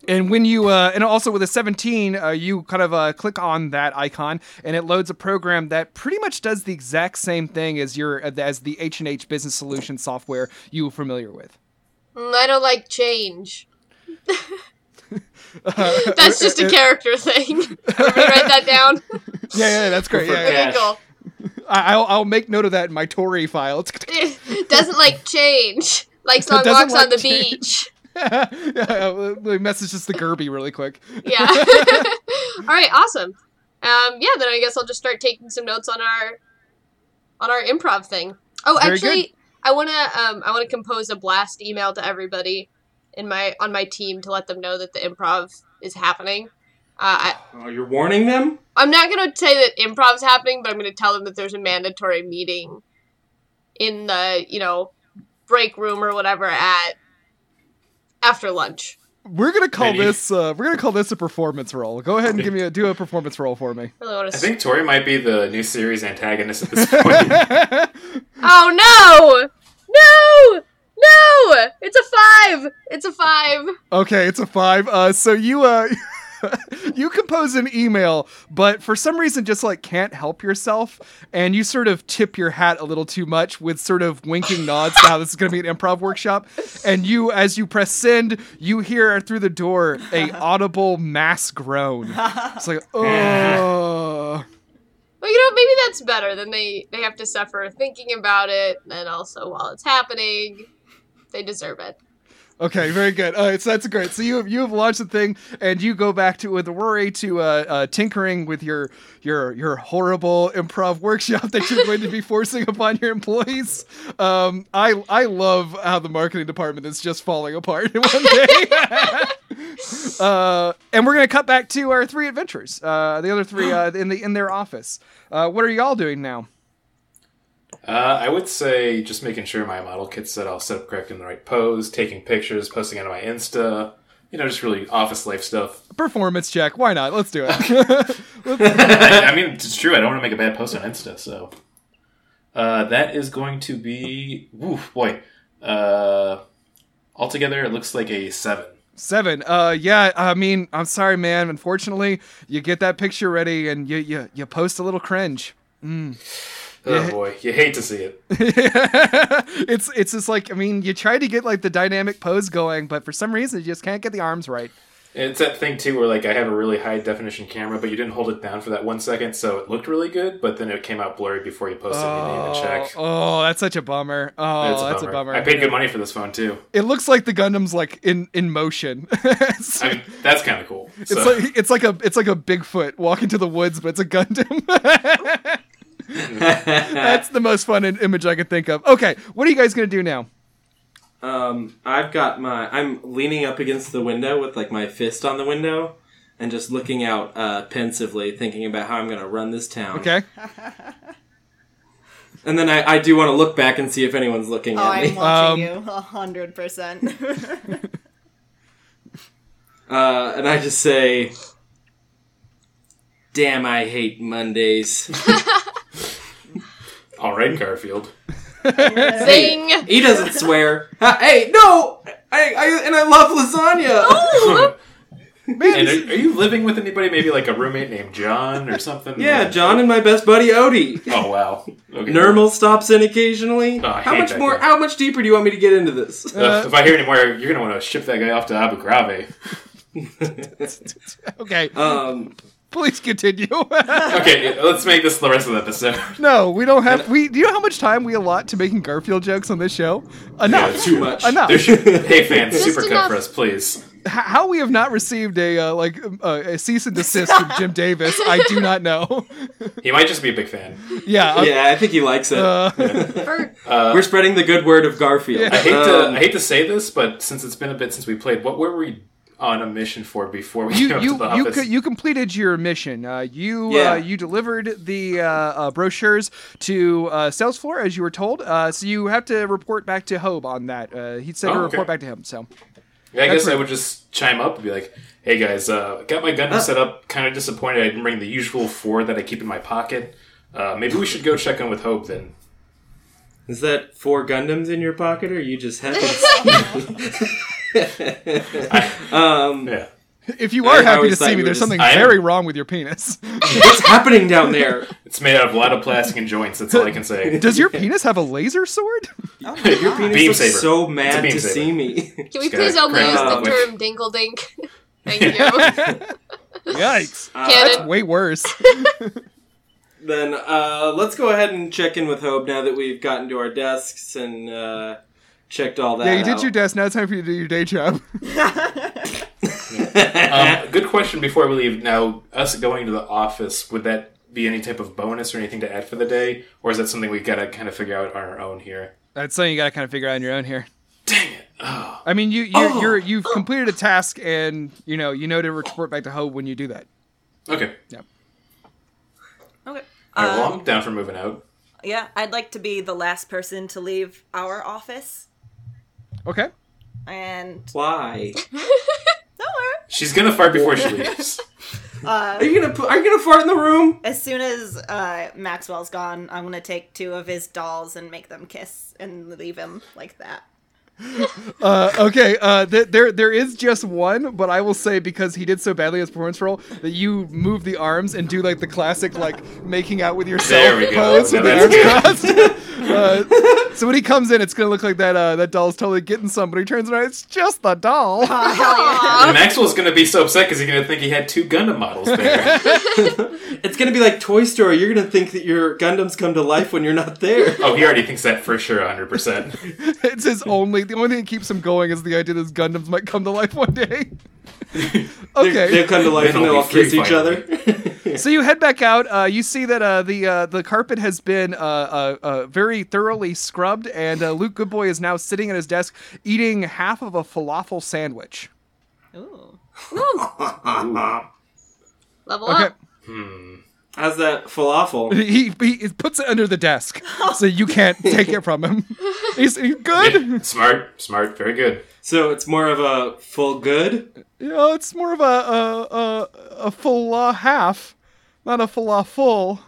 And when you uh, and also with a 17, uh, you kind of uh, click on that icon, and it loads a program that pretty much does the exact same thing as your as the H and H Business Solution software you were familiar with.
Mm, I don't like change.
Uh,
That's just a character thing. Everybody write that down.
Yeah, yeah, that's great. Yeah, yeah.
Okay, cool.
I- I'll, I'll make note of that in my Tory file.
Doesn't like change. Likes long
Doesn't
walks on
like
the
change.
beach.
yeah, yeah, message just the Gerby really quick.
Yeah. All right. Awesome. Um, yeah. Then I guess I'll just start taking some notes on our on our improv thing. Oh,
Very
actually, I wanna um, I wanna compose a blast email to everybody in my on my team to let them know that the improv is happening. Uh, I,
Oh, you're warning them?
I'm not gonna say that improv's happening, but I'm gonna tell them that there's a mandatory meeting in the you know break room or whatever at after lunch.
We're gonna call
Maybe.
this uh, we're gonna call this a performance roll. Go ahead and give me a do a performance roll for me.
Really want
I
to
think Tori might be the new series antagonist at this point.
Oh no! No! No! It's a five! It's a five.
Okay, it's a five. Uh, so you uh, you compose an email, but for some reason, just like can't help yourself, and you sort of tip your hat a little too much with sort of winking nods to how this is going to be an improv workshop. And you, as you press send, you hear through the door a audible mass groan. It's like oh.
Well, you know, maybe that's better than they they have to suffer thinking about it, and also while it's happening, they deserve it.
Okay, very good. All right, so that's great. So you have you have launched the thing, and you go back to with worry to uh, uh, tinkering with your your your horrible improv workshop that you're going to be forcing upon your employees. Um, I I love how the marketing department is just falling apart in one day. uh, and we're gonna cut back to our three adventures. Uh, the other three uh, in the in their office. Uh, what are y'all doing now?
uh, I would say just making sure my model kit's set all set up correct in the right pose, taking pictures, posting it on my Insta. You know, just really office life stuff.
Performance check. Why not? Let's do it.
I mean, it's true. I don't want to make a bad post on Insta, so uh, that is going to be woof boy. Uh, altogether, it looks like a seven.
Seven. Uh, yeah. I mean, I'm sorry, man. Unfortunately, you get that picture ready and you you, you post a little cringe.
Oh
Yeah.
boy, you hate to see it.
it's it's just like I mean, you try to get like the dynamic pose going, but for some reason, you just can't get the arms right.
It's that thing too, where like I have a really high definition camera, but you didn't hold it down for that one second, so it looked really good, but then it came out blurry before you posted it. You didn't even check.
Oh, that's such a bummer. Oh,
It's
that's a bummer.
I paid good money for this phone too.
It looks like the Gundam's like in in motion. it's,
I mean, that's kind of cool.
it's
so.
like it's like a it's like a Bigfoot walking to the woods, but it's a Gundam. that's the most fun in- image I could think of. Okay, what are you guys gonna do now?
Um, I've got my. I'm leaning up against the window with like my fist on the window, and just looking out uh, pensively, thinking about how I'm gonna run this town.
Okay.
And then I, I do want to look back and see if anyone's looking
Oh,
at
I'm
me.
watching you, a hundred percent.
Uh, and I just say, "Damn, I hate Mondays."
all right, Garfield.
Zing!
He doesn't swear. Ha- hey, no! I, I and I love lasagna.
And are, are you living with anybody? Maybe like a roommate named John or something?
Yeah,
Like-
John and my best buddy Odie.
Oh wow. Okay.
Nermal stops in occasionally.
Oh, I
how
hate
much
that
more?
guy.
How much deeper do you want me to get into this?
Ugh,
uh,
if I hear any more, you're gonna want to ship that guy off to Abu Ghraib.
okay,
Um,
please continue.
Okay, yeah, let's make this the rest of the episode.
no, we don't have. We do you know how much time we allot to making Garfield jokes on this show? Enough.
Yeah,
too much.
Enough.
There should- hey fans,
Just
supercut
enough.
for us, please.
H- how we have not received a uh, like um, uh, a cease and desist from Jim Davis, I do not know.
He might just be a big fan.
yeah, uh, I'm- Uh,
yeah, I think he likes it. Uh,
Bird.
We're spreading the good word of Garfield.
I hate
Um,
to I hate to say this, but since it's been a bit since we played, what were we on a mission for before we
you
came
you
up to the
you,
office?
co- you completed your mission. Uh, you
Yeah.
uh, you delivered the uh, uh, brochures to uh, sales floor as you were told. Uh, so you have to report back to Hobe on that. Uh, he said
Oh,
to
okay.
report back to him. So
Yeah, I
That's
guess I
right.
would just chime up and be like, "Hey guys, uh, got my gun set up. Kind of disappointed I didn't bring the usual four that I keep in my pocket. Uh, maybe we should go check in with Hope then."
Is that four Gundams in your pocket, or you just happy? to see- um,
Yeah,
if you
I-
are
I
happy
always
to
thought
see
you
me,
were
there's
just-
something
I am-
very wrong with your penis.
what's happening down there?
it's made out of a lot of plastic and joints. That's all I can say.
Does your penis have a laser sword?
Your penis
Beam
looks
saber.
so
It's a
mad
beam
to
saber.
see me.
Can we
Just gotta
please only
crank
use
it
the
up.
term dingle dink? Thank you.
Yikes!
Canon.
Way worse.
Then uh, let's go ahead and check in with Hope now that we've gotten to our desks and uh, checked all that.
yeah, you did
out.
your desk. Now it's time for you to do your day job.
Um, good question. Before we leave, now us going to the office would that be any type of bonus or anything to add for the day, or is that something we gotta kind of figure out on our own here?
That's something you got to kind of figure out on your own here.
Dang it! Oh,
I mean, you you you're, you've completed a task, and you know you know to report back to Hope when you do that.
okay.
Okay.
All right, well,
Um,
I'm down for moving out.
yeah, I'd like to be the last person to leave our office.
Okay.
And
Why?
Uh-huh.
nowhere.
She's gonna fart before she leaves.
Are you gonna pu- Are you gonna fart in the room?
As soon as uh, Maxwell's gone, I'm gonna take two of his dolls and make them kiss and leave him like that.
Uh, okay. Uh, th- there there is just one, but I will say because he did so badly in his performance role that you move the arms and do like the classic like making out with yourself
There we go.
pose
Now
with the
that's good.
arms crossed. uh, so when he comes in, it's gonna look like that uh, that doll's totally getting somebody. Turns around, it's just the doll.
And Maxwell's gonna be so upset because he's gonna think he had two Gundam models there.
It's gonna be like Toy Story. You're gonna think that your Gundams come to life when you're not there.
oh, he already thinks that for sure, 100. percent
It's his only. The only thing that keeps him going is the idea that his Gundams might come to life one day. okay.
They'll come to life
Then
and they'll
I'll
all
be free
kiss each
finally.
other.
So you head back out. Uh, you see that uh, the uh, the carpet has been uh, uh, uh, very thoroughly scrubbed, and uh, Luke Goodboy is now sitting at his desk eating half of a falafel sandwich.
Ooh.
Level
Okay,
up.
How's that falafel?
he, he he puts it under the desk, so you can't take it from him. He's, he's good.
smart, smart, very good.
So it's more of a full good.
You know, it's more of a a a, a fala half, not a falafel.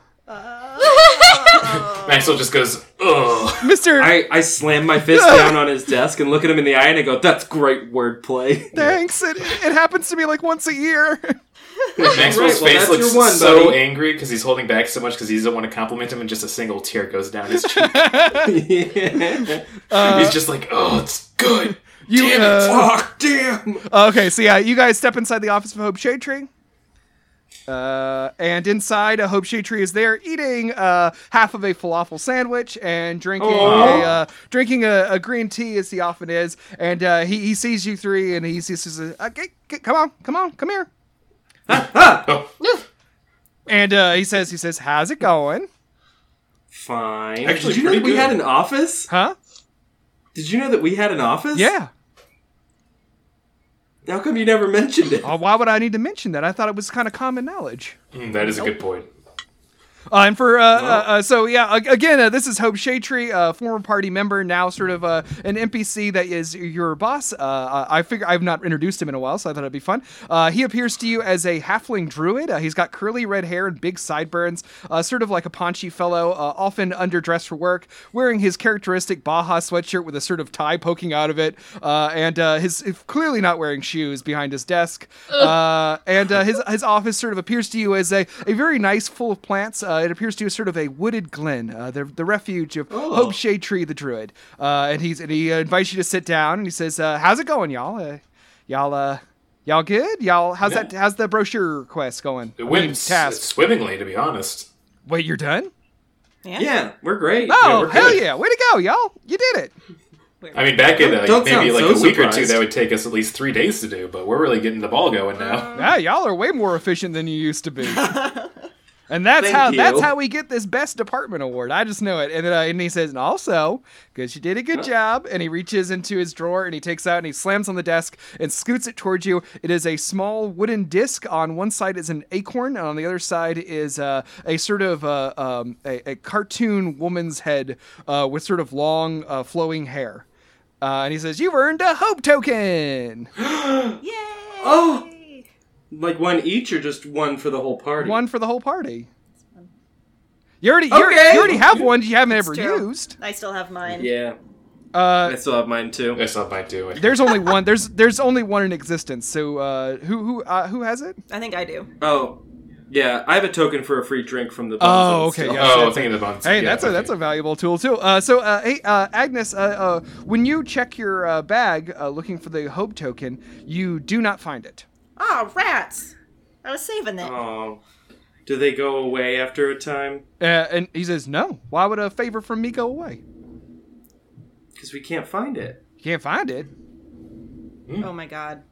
Maxwell just goes, ugh.
Mister,
I, I slam my fist down on his desk and look at him in the eye and I go, "That's great wordplay."
thanks. It it happens to me like once a year.
Right,
Maxwell's
well,
face
that's
looks
your one,
so
buddy.
angry because he's holding back so much because he doesn't want to compliment him, and just a single tear goes down his cheek.
Yeah. Uh,
he's just like, oh, it's good.
You
Damn it.
uh,
Fuck, damn.
Okay, so yeah, you guys step inside the office of Hope Shade Tree. Uh, and inside, uh, Hope Shade Tree is there eating uh, half of a falafel sandwich and drinking
Aw.
a, uh, drinking a, a green tea, as he often is. And uh, he, he sees you three and he sees, says, "Uh, okay, c- come on, come on, come here.
Oh,
And uh, he says, he says, how's it going?
Fine.
Actually,
Did you know
pretty
that we
good.
had an office?
Huh?
Did you know that we had an office?
Yeah.
How come you never
Oh,
mentioned it?
Uh, why would I need to mention that? I thought it was kind of common knowledge.
mm, that is a good point.
Uh, and for uh, uh, uh, so yeah, ag- again, uh, this is Hope Shaytree, uh, former party member, now sort of uh, an NPC that is your boss. Uh, I I figure I've not introduced him in a while, so I thought it'd be fun. Uh, he appears to you as a halfling druid. Uh, he's got curly red hair and big sideburns, uh, sort of like a paunchy fellow, uh, often underdressed for work, wearing his characteristic Baja sweatshirt with a sort of tie poking out of it, uh, and uh, his clearly not wearing shoes behind his desk. Uh, and uh, his his office sort of appears to you as a, a very nice, full of plants. Uh, it appears to you as sort of a wooded glen, uh, the the refuge of Hope Shade Tree the Druid. Uh, and he's and he uh, invites you to sit down, and he says, uh, "How's it going, y'all? Uh, y'all uh." Y'all good? Y'all, how's
Yeah.
that? How's the brochure quest going?
It
I mean,
went
task.
swimmingly, to be honest.
Wait, you're done?
Yeah, we're great.
Oh,
we're
hell
good.
yeah! Way to go, y'all! You did it.
I mean, back in uh,
Don't
maybe
sound
like
so
a week or two,
surprised.
that would take us at least three days to do, but we're really getting the ball going
Uh,
now.
Uh-huh.
Yeah, y'all are way more efficient than you used to be. And that's
Thank
how that's
you.
how we get this best department award. I just know it. And then uh, and he says, and also because you did a good job. And he reaches into his drawer and he takes out and he slams on the desk and scoots it towards you. It is a small wooden disc. On one side is an acorn, and on the other side is uh, a sort of uh, um, a, a cartoon woman's head uh, with sort of long uh, flowing hair. Uh, and he says, "You've earned a hope token.
Yay!
Oh, like one each or just one for the whole party?
One for the whole party." You already, you already-
Okay.
you already have one you haven't ever
true.
used.
I still have mine.
Yeah,
Uh,
I still have mine too.
That's not my doing.
there's only one. There's there's only one in existence. So uh, who who uh, who has it?
I think I do.
Oh, yeah, I have a token for a free drink from the.
Oh,
Bunzl
okay,
still.
yeah.
oh, I'm
that's
thinking about
Hey, that's a that's a valuable tool too. Uh, so uh, hey, uh, Agnes, uh, uh, when you check your uh, bag uh, looking for the hope token, you do not find it.
Oh, rats! I was saving it.
Oh, do they go away after a time?
Uh, and he says, "No. Why would a favor from me go away?
Because we can't find it.
You can't find it."
Oh my god.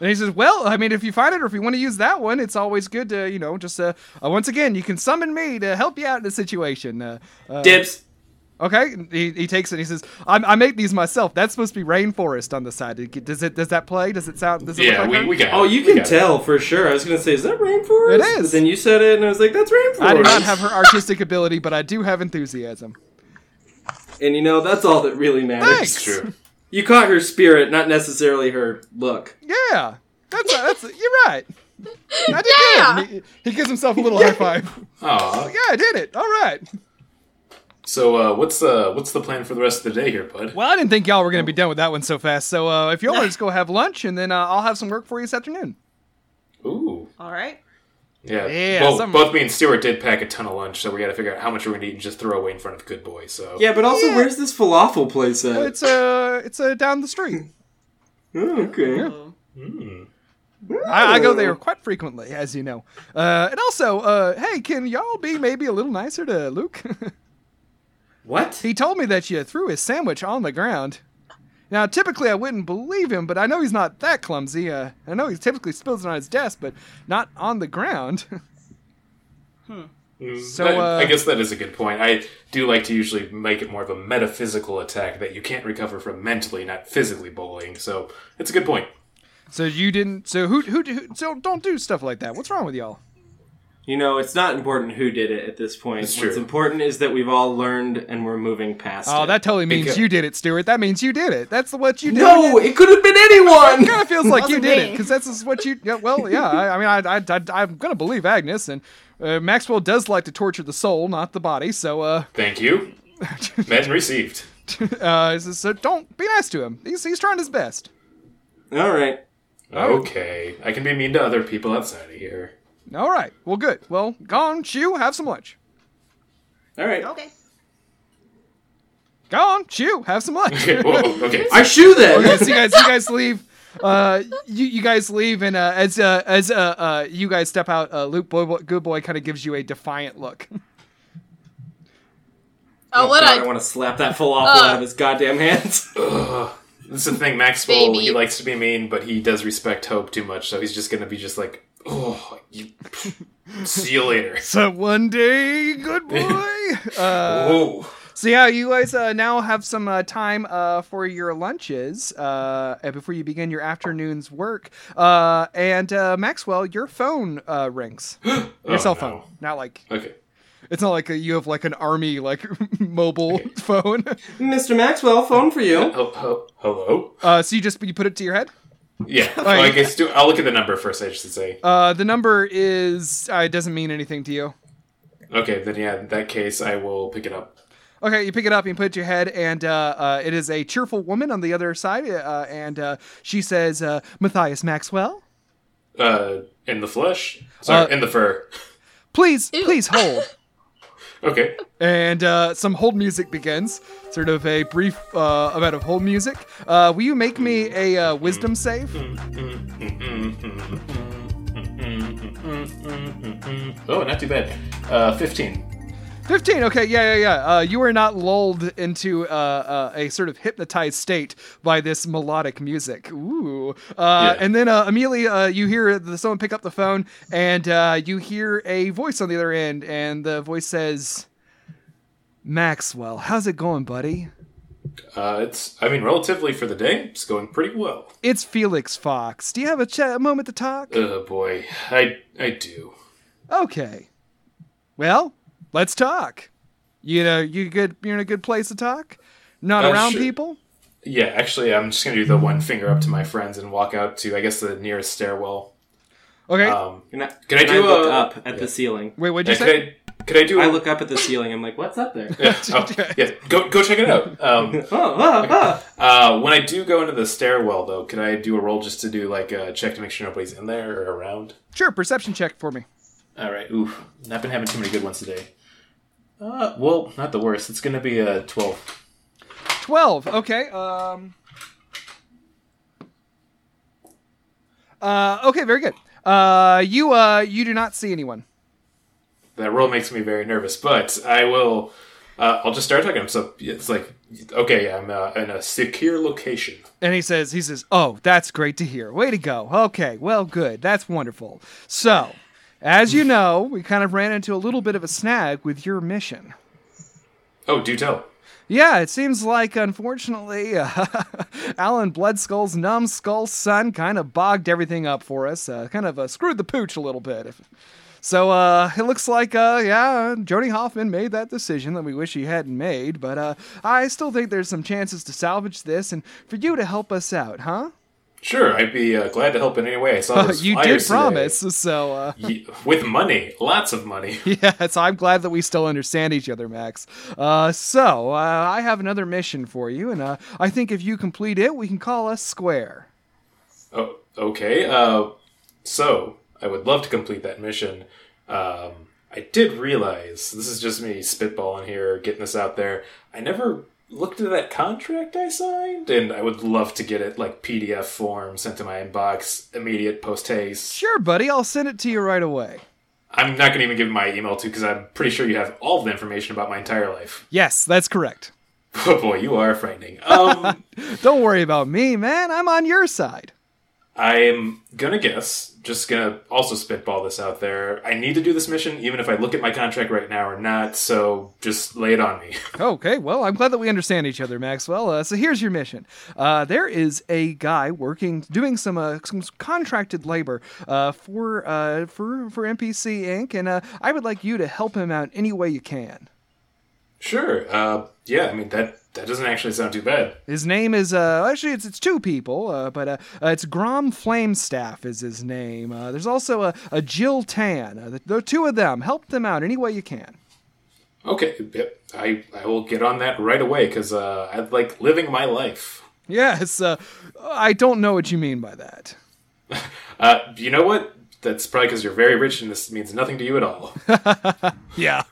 And he says, "Well, I mean, if you find it, or if you want to use that one, it's always good to, you know, just uh, uh, once again, you can summon me to help you out in the situation." Uh, uh,
Dibs.
Okay, he, he takes it. and He says, I, "I make these myself. That's supposed to be rainforest on the side. Did- Does it? Does that play? Does it sound? Does it
Yeah,
look like
we,
her?
we got it.
Oh, you
We
can
got it.
tell for sure. I was gonna say, is that rainforest?
It is.
But then you said it, and I was like, that's rainforest.
I do not have her artistic ability, but I do have enthusiasm.
And you know, that's all that really matters.
Thanks.
It's true.
You caught her spirit, not necessarily her look.
Yeah, that's that's you're right. I
Yeah.
did good. He, he gives himself a little high five.
Aw.
Yeah, I did it. All right.
So uh, what's uh, what's the plan for the rest of the day here, bud?
Well, I didn't think y'all were gonna be done with that one so fast. So uh, if y'all want to just go have lunch, and then uh, I'll have some work for you this afternoon.
Ooh.
All right.
Yeah.
Yeah,
well,
some-
both me and Stuart did pack a ton of lunch, so we got to figure out how much we're going to eat and just throw away in front of Good Boy. So
Yeah, but also, where's this falafel place at?
It's uh, it's uh, down the street.
Oh, okay.
I, I go there quite frequently, as you know. Uh, and also, uh, hey, can y'all be maybe a little nicer to Luke?
What?
he told me that you threw his sandwich on the ground. Now, typically I wouldn't believe him, but I know he's not that clumsy. Uh, I know he typically spills it on his desk, but not on the ground.
Mm,
So,
that-
uh,
I guess that is a good point. I do like to usually make it more of a metaphysical attack that you can't recover from mentally, not physically bullying. So it's a good point.
so you didn't. So who, who, who? So don't do stuff like that. What's wrong with y'all?
You know, it's not important who did it at this point.
It's
What's
true.
important is that we've all learned and we're moving past
Oh,
it.
that totally means
Because-
you did it, Stuart. That means you did it. That's what you did.
No, it could have been anyone.
kind of feels like you
Wasn't
did it
me.
because that's just what you. Yeah, well, yeah. I, I mean, I, I, I, I'm gonna believe Agnes, and uh, Maxwell does like to torture the soul, not the body. So, uh,
Thank you. Met and received.
uh, so- so don't be nice to him. He's he's trying his best.
All right.
Oh.
Okay. I can be mean to other people outside of here.
All right. Well, good. Well, gone. Chew. Have some lunch.
All right.
Okay.
Gone. Chew. Have some lunch.
Okay. Whoa, okay.
I shoe that.
okay, so you guys, you guys leave. Uh, you you guys leave, and uh, as uh, as uh, uh, you guys step out, uh, Luke Boy, Boy, Good Boy kind of gives you a defiant look.
Oh, what
God, I
a
want to slap that falafel
Uh,
out of his goddamn hands.
That's the thing, Maxwell.
Baby.
He likes to be mean, but he does respect Hope too much, so he's just gonna be just like, oh, you. See you later.
So one day, Good Boy. Uh,
Whoa.
So yeah, you guys uh, now have some uh, time uh, for your lunches uh, and before you begin your afternoon's work. Uh, and uh, Maxwell, your phone uh, rings. Your
Oh,
cell
no.
phone, not like
Okay.
it's not like uh you have like an army like mobile phone.
Mr. Maxwell, phone for you.
Oh, oh, hello.
Uh, so you just you put it to your head.
Yeah.
right.
Well, I guess do, I'll look at the number first. I should say.
Uh, the number is uh, it doesn't mean anything to you.
Okay. Then yeah, in that case, I will pick it up.
Okay, you pick it up, you put it to your head, and uh, uh, it is a cheerful woman on the other side, uh, and uh, she says, uh, "Matthias Maxwell,
Uh, in the flesh. Sorry,
Uh,
in the fur.
please,
Ew.
please hold."
Okay.
and uh, some hold music begins, sort of a brief uh, amount of hold music. Uh, will you make me a uh, wisdom save?
Oh, not too bad. Uh, fifteen.
Fifteen. Okay, yeah, yeah, yeah. Uh, you are not lulled into uh, uh, a sort of hypnotized state by this melodic music. Ooh. Uh,
Yeah.
And then uh, immediately uh, you hear the, someone pick up the phone, and uh, you hear a voice on the other end, and the voice says, "Maxwell, how's it going, buddy?"
Uh, it's. I mean, relatively for the day, it's going pretty well.
It's Felix Fox. Do you have a, chat, a moment to talk?
Oh boy, I I do.
Okay. Well, let's talk. You know, you good you're in a good place to talk? Not
Uh,
around
sure.
people?
Yeah, actually, I'm just gonna do the one finger up to my friends and walk out to I guess the nearest stairwell.
Okay.
Um,
Can I,
Can I do
look
a-
up at the ceiling?
Wait, what'd
yeah,
you
could
say?
I could I do? a-
I look up at the ceiling. I'm like, what's up there?
Yeah, oh, yeah, go go check it out. Um,
Oh, oh, oh.
uh, when I do go into the stairwell, though, could I do a roll just to do like a check to make sure nobody's in there or around?
Sure, perception check for me.
All right. Oof, not been having too many good ones today. Uh, well, not the worst. It's gonna be a twelve.
12. Okay. Um Uh okay, very good. Uh you uh you do not see anyone.
That roll makes me very nervous, but I will. Uh, I'll just start talking. So it's like, okay, I'm uh, in a secure location.
And he says, he says, "Oh, that's great to hear. Way to go. Okay, well, good. That's wonderful. So, as you know, we kind of ran into a little bit of a snag with your mission.
Oh, do tell.
Yeah, it seems like, unfortunately, uh, Alan Bloodskull's numbskull son kind of bogged everything up for us. Uh, kind of uh, screwed the pooch a little bit. So uh, it looks like, uh, yeah, Jody Hoffman made that decision that we wish he hadn't made. But uh, I still think there's some chances to salvage this, and for you to help us out, huh?
Sure, I'd be uh, glad to help in any way. I saw
Uh,
those
you did
flyers today.
promise, so uh,
Ye- with money, lots of money.
yeah. So I'm glad that we still understand each other, Max. Uh, so uh, I have another mission for you, and uh, I think if you complete it, we can call us square.
Oh, okay. Uh, so I would love to complete that mission. Um, I did realize this is just me spitballing here, getting this out there. I never looked at that contract I signed, and I would love to get it like PDF form sent to my inbox, immediate post haste.
Sure, buddy. I'll send it to you right away.
I'm not going to even give my email to because I'm pretty sure you have all the information about my entire life.
Yes, that's correct.
Oh boy, you are frightening. Um.
Don't worry about me, man. I'm on your side.
I am gonna guess, just gonna also spitball this out there. I need to do this mission, even if I look at my contract right now or not, so just lay it on me.
Okay, well, I'm glad that we understand each other, Maxwell. Uh, so here's your mission. Uh, there is a guy working, doing some, uh, some contracted labor uh, for uh, for for NPC Inc. And uh, I would like you to help him out any way you can.
sure, uh, yeah, I mean, that, that doesn't actually sound too bad.
His name is uh, actually it's it's two people, uh, but uh, uh, it's Grom Flamestaff is his name. Uh, there's also a, a Jill Tan. Uh, the, the two of them help them out any way you can.
Okay, yep, I, I will get on that right away, because uh, I like living my life.
Yes, uh, I don't know what you mean by that.
Uh, you know what? That's probably because you're very rich and this means nothing to you at all.
Yeah.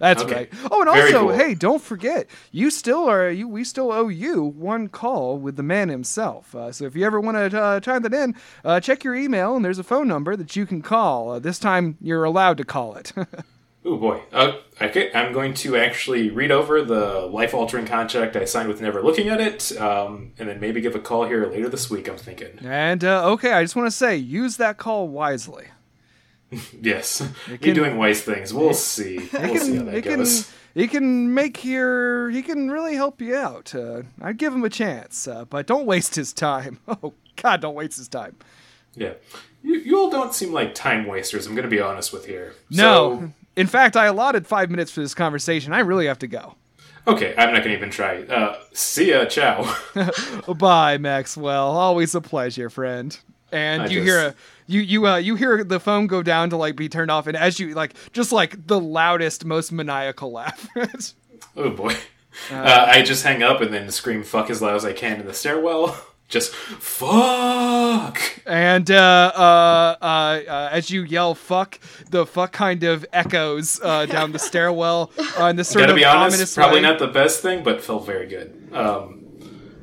That's
Okay.
right. Oh, and
Very
also,
cool.
hey, don't forget, you still are you. We still owe you one call with the man himself. Uh, so if you ever want to uh, chime that in, uh, check your email, and there's a phone number that you can call. Uh, this time, you're allowed to call it.
oh boy. Uh, okay, I'm going to actually read over the life altering contract I signed with never looking at it, um, and then maybe give a call here later this week, I'm thinking.
and uh, okay, I just want to say, use that call wisely.
Yes,
It
you're
can-
doing wise things. We'll see. We'll
He
see how
can, he
that
can,
goes.
he can make your, he can really help you out. Uh, I'd give him a chance, uh, but don't waste his time. Oh God, don't waste his time.
Yeah, you, you all don't seem like time wasters. I'm gonna be honest with here.
No,
So-
in fact, I allotted five minutes for this conversation. I really have to go.
okay, I'm not gonna even try. Uh, see ya, ciao.
Bye, Maxwell. Always a pleasure, friend. And
I
you hear a
just-
you you uh you hear the phone go down to like be turned off, and as you like just like the loudest, most maniacal laugh.
oh boy. Uh, I just hang up and then scream "fuck" as loud as I can in the stairwell. Just fuck.
And uh, uh, uh, uh, as you yell "fuck," the fuck kind of echoes uh, down the stairwell uh, in this sort
Gotta
of
be honest,
ominous
probably
way.
not the best thing, but felt very good. Um,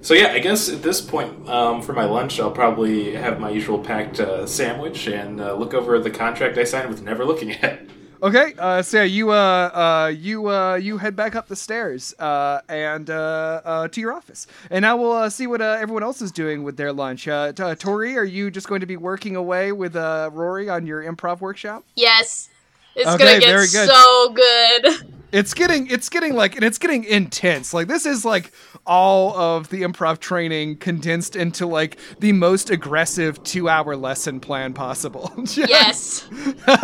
so yeah, I guess at this point um, for my lunch, I'll probably have my usual packed uh, sandwich and uh, look over the contract I signed with never looking at.
Okay, uh, so yeah, you uh, uh, you uh, you head back up the stairs uh, and uh, uh, to your office, and I will uh, see what uh, everyone else is doing with their lunch. Uh, t- uh, Tori, are you just going to be working away with uh, Rory on your improv workshop?
Yes. It's
Okay,
gonna
very
get
good.
so good.
It's getting it's getting like and it's getting intense. Like this is like all of the improv training condensed into like the most aggressive two hour lesson plan possible. Just-
Yes.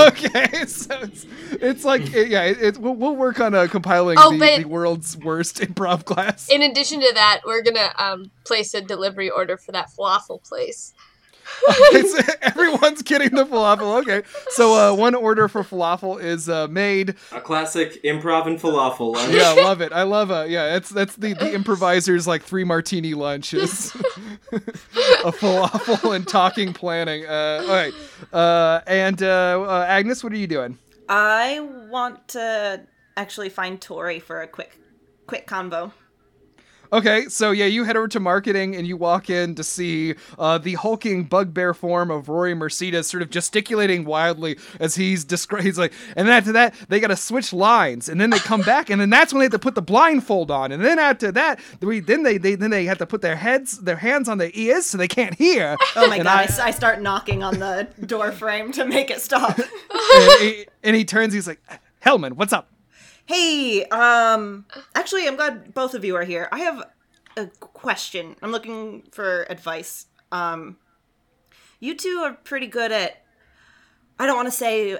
okay, so it's, it's like it, yeah, it, it, we'll, we'll work on uh, compiling
Oh,
the,
but-
the world's worst improv class.
In addition to that, we're gonna um, place a delivery order for that falafel place.
It's- everyone's getting the falafel. Okay, so uh, one order for falafel is uh, made.
A classic improv and falafel lunch.
Yeah, I love it. I love it. Yeah, that's that's the the improvisers like three martini lunches, a falafel and talking planning. Uh, all right, uh, and uh, uh, Agnes, what are you doing?
I want to actually find Tori for a quick, quick convo.
Okay, so yeah, you head over to marketing and you walk in to see uh, the hulking bugbear form of Rory Mercedes sort of gesticulating wildly as he's described. He's like, and then after that, they got to switch lines, and then they come back, and then that's when they have to put the blindfold on, and then after that, we, then they, they then they have to put their heads their hands on their ears so they can't hear.
Oh my
And
god! I
I-
s I I start knocking on the door frame to make it stop.
and, he, and he turns, he's like, Hellman, what's up?
Hey, um, actually, I'm glad both of you are here. I have a question. I'm looking for advice. Um, you two are pretty good at, I don't want to say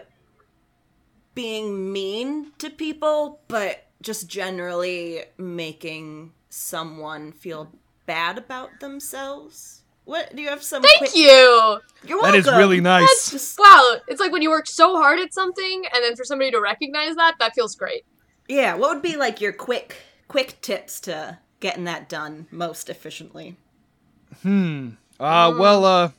being mean to people, but just generally making someone feel bad about themselves. What do you have some?
Thank you.
You're
That
welcome.
is really nice.
Just-
Wow, it's like when you worked so hard at something, and then for somebody to recognize that, that feels great.
Yeah, what would be like your quick quick tips to getting that done most efficiently?
Hmm.
Uh, well, uh,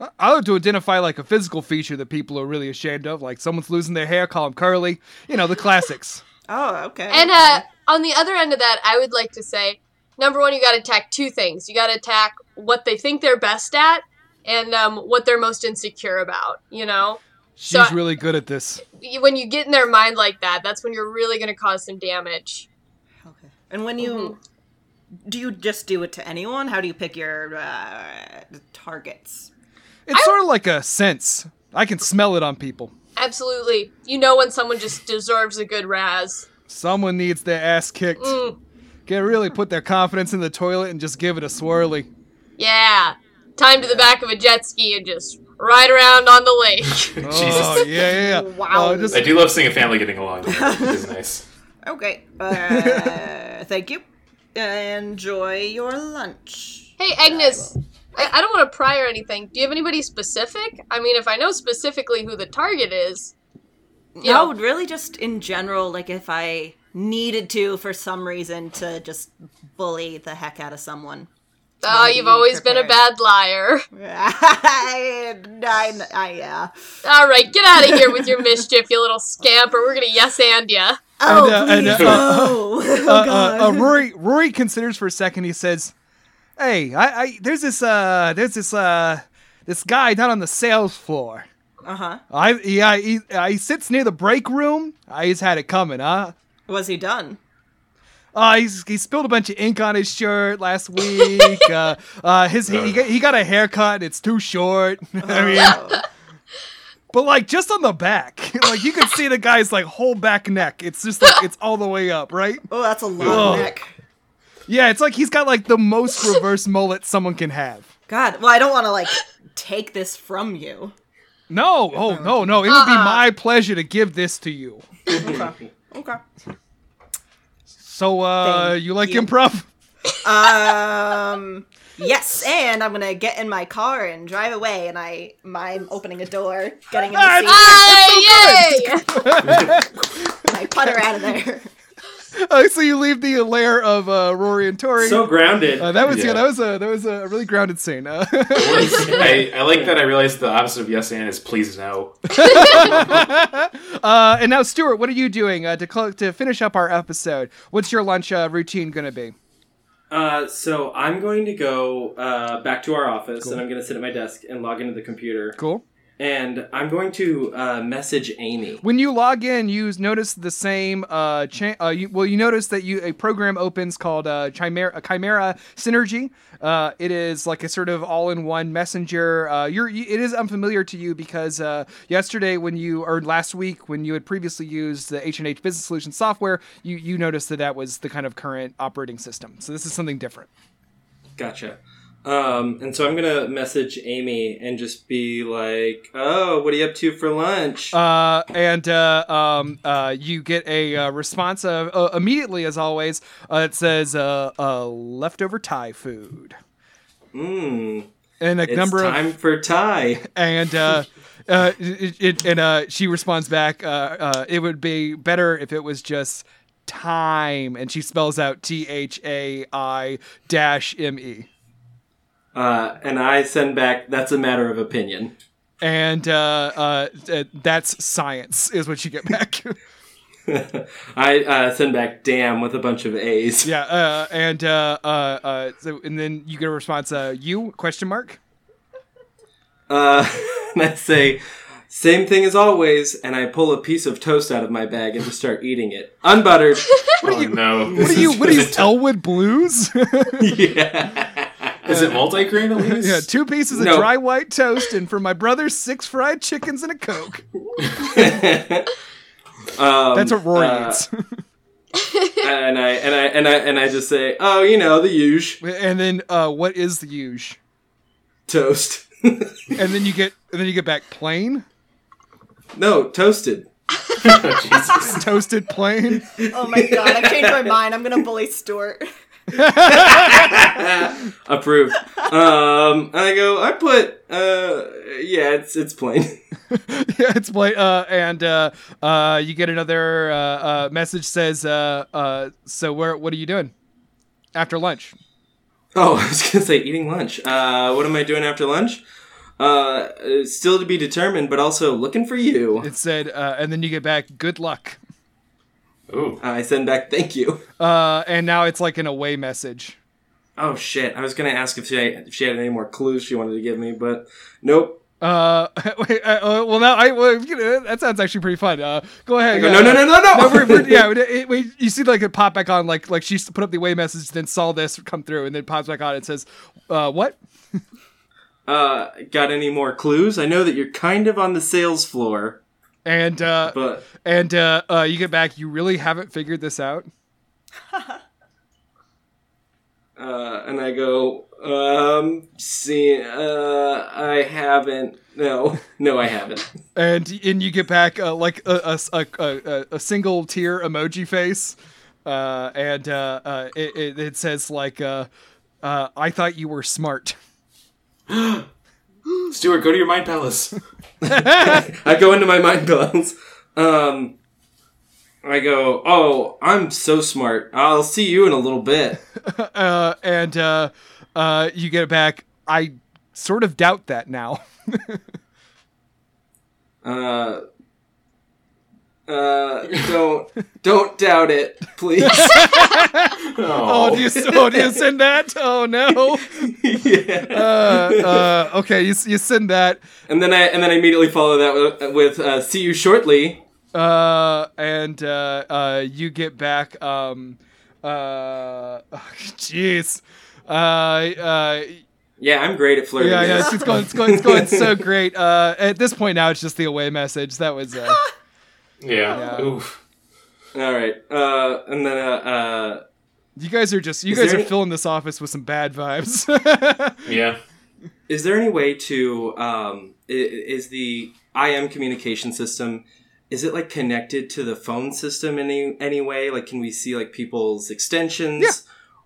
I- I like to identify like a physical feature that people are really ashamed of, like someone's losing their hair, call them curly. You know, the classics.
Oh, okay.
And uh, on the other end of that, I would like to say, number one, you got to attack two things. You got to attack what they think they're best at, and um, what they're most insecure about. You know,
She's
So-
really good at this.
You- when you get in their mind like that, that's when you're really going to cause some damage.
Okay. And when you
Mm-hmm.
do you just do it to anyone? How do you pick your uh, targets?
It's sort of like a sense. I can smell it on people.
Absolutely, you know when someone just deserves a good raz.
Someone needs their ass kicked.
Mm.
Can really put their confidence in the toilet and just give it a swirly.
Yeah, time to the back of a jet ski and just ride around on the lake.
Oh, yeah,
Jesus,
yeah. yeah.
Wow.
Uh, just-
I do love seeing a family getting along. though. It is nice.
Okay. Uh, thank you. Enjoy your lunch.
Hey, Agnes, I, I don't want to pry or anything. Do you have anybody specific? I mean, if I know specifically who the target is, you
No,
know,
really, just in general, like if I needed to for some reason to just bully the heck out of someone.
oh, you've always been a bad liar.
I, I, I, yeah.
All right, get out of here with your mischief, you little scamp, or we're going to yes and ya.
Oh,
uh, and,
please,
uh,
no. oh,
uh,
God.
uh, uh, Rory Rory considers for a second. He says, "Hey, I, I there's this uh there's this uh this guy down on the sales floor.
Uh-huh.
I yeah he, uh, he sits near the break room. Uh, he's had it coming, huh?
Was he done?
Uh, he's, he spilled a bunch of ink on his shirt last week.
Uh-huh. Oh,
uh, uh, his he, he, got, he got a haircut. It's too short. I mean, but like just on the back. like you can see the guy's like whole back neck. It's just like it's all the way up, right?
Oh, that's a lot
Ugh.
of neck.
Yeah, it's like he's got like the most reverse mullet someone can have.
God, well, I don't want to like take this from you.
No, oh no, no. It would
Uh-uh.
be my pleasure to give this to you.
Okay. okay.
So uh
Thank
you like
you.
improv?
Um. Yes, and I'm gonna get in my car and drive away, and I mime opening a door, getting in the seat,
Ah, yay!
and I putter out of there.
Uh, so you leave the lair of uh, Rory and Tori.
So grounded.
uh, that was yeah.
Yeah.
That was a that was a really grounded scene. Uh,
I, I like that I realized the opposite of yes and is please no.
uh, and now, Stuart, what are you doing uh, to clo- to finish up our episode? What's your lunch uh, routine going to be?
Uh, so I'm going to go uh, back to our office, and I'm going to sit at my desk and log into the computer.
Cool.
And I'm going to uh, message Amy.
When you log in, you s- notice the same. Uh, cha- uh, you, well, you notice that you a program opens called uh, Chimera, uh, Chimera Synergy. Uh, it is like a sort of all-in-one messenger. Uh, you're, you, it is unfamiliar to you because uh, yesterday, when you or last week, when you had previously used the H and H Business Solutions software, you you noticed that that was the kind of current operating system. So this is something different.
Gotcha. Um, and so I'm going to message Amy and just be like, "Oh, what are you up to for lunch?"
Uh, and uh, um, uh, you get a uh, response of, uh, immediately, as always. Uh, it says uh, uh, leftover Thai food.
Mm,
and a
it's
number
time
of
for Thai.
and uh, uh, it, it, and uh, she responds back. Uh, uh, it would be better if it was just time, and she spells out T H A I dash M E.
Uh, and I send back, "That's a matter of opinion."
And uh, uh, uh, that's science, is what you get back.
I uh, send back "damn" with a bunch of A's.
yeah, uh, and uh, uh, uh, so, and then you get a response. Uh, you question mark.
Uh, and I say, same thing as always, and I pull a piece of toast out of my bag and just start eating it. Unbuttered.
oh no.
What are you? What are you? Elwood Blues?
yeah.
Is it multi-grain at least?
Uh, yeah, two pieces of
No.
dry white toast, and for my brother, six fried chickens and a coke.
Um,
That's what Rory
uh,
eats.
and I and I and I and I just say, oh, you know, the huge
and then uh, what is the huge?
toast.
And then you get and then you get back plain,
no, toasted.
Jesus.
toasted plain.
Oh my god, I've changed my mind. I'm gonna bully Stuart.
Approved. um, and I go, I put, uh, yeah, it's it's plain.
yeah, it's plain. Uh, and uh, uh, you get another uh, uh, message says, uh, uh, "So where? What are you doing after lunch?"
Oh, I was gonna say eating lunch. Uh, what am I doing after lunch? Uh, still to be determined, but also looking for you.
It said, uh, and then you get back, "Good luck."
Ooh.
I send back, thank you.
Uh, and now it's like an away message.
Oh shit! I was gonna ask if she if she had any more clues she wanted to give me, but nope.
Uh, wait, uh, uh, well now I well, you know, that sounds actually pretty fun. Uh, go ahead.
I go,
uh,
no, no, no, no, no.
No, we're- we're- yeah, it, it, we, you see like it pop back on, like like she s- put up the way message, then saw this come through, and then pops back on and says, uh, "What?
Uh, got any more clues? I know that you're kind of on the sales floor,
And uh,
but
and uh, uh, you get back. You really haven't figured this out.
uh, and I go, um, see, uh, I haven't. No, no, I haven't.
And and you get back uh, like a a, s- a- a- a- a single tear emoji face, uh, and uh, uh, it, it, it says like, uh, uh, "I thought you were smart."
Stuart, go to your mind palace.
I go into my mind balance. Um, I go, oh, I'm so smart. I'll see you in a little bit.
Uh, and uh, uh, you get back. I sort of doubt that now.
Uh, uh, don't don't doubt it, please.
Oh, do you, oh, do you send that? Oh no.
yeah.
uh, uh, okay, you, you send that,
And then I and then I immediately follow that with, with uh, "See you shortly."
uh, and uh, uh, you get back. Um, uh, jeez, uh, uh,
Yeah, I'm great at flirting.
Yeah, yeah, it's, it's going, it's going, it's going so great. Uh, at this point now, it's just the away message. That was uh,
Yeah.
Yeah.
Oof.
All right, uh, and then uh,
you guys are just you
Is
guys
there
are
any-
filling this office with some bad vibes.
Yeah.
uh, is there any way to um, i- is the IM communication system is it like connected to the phone system in any any way? Like, can we see like people's extensions?
Yeah.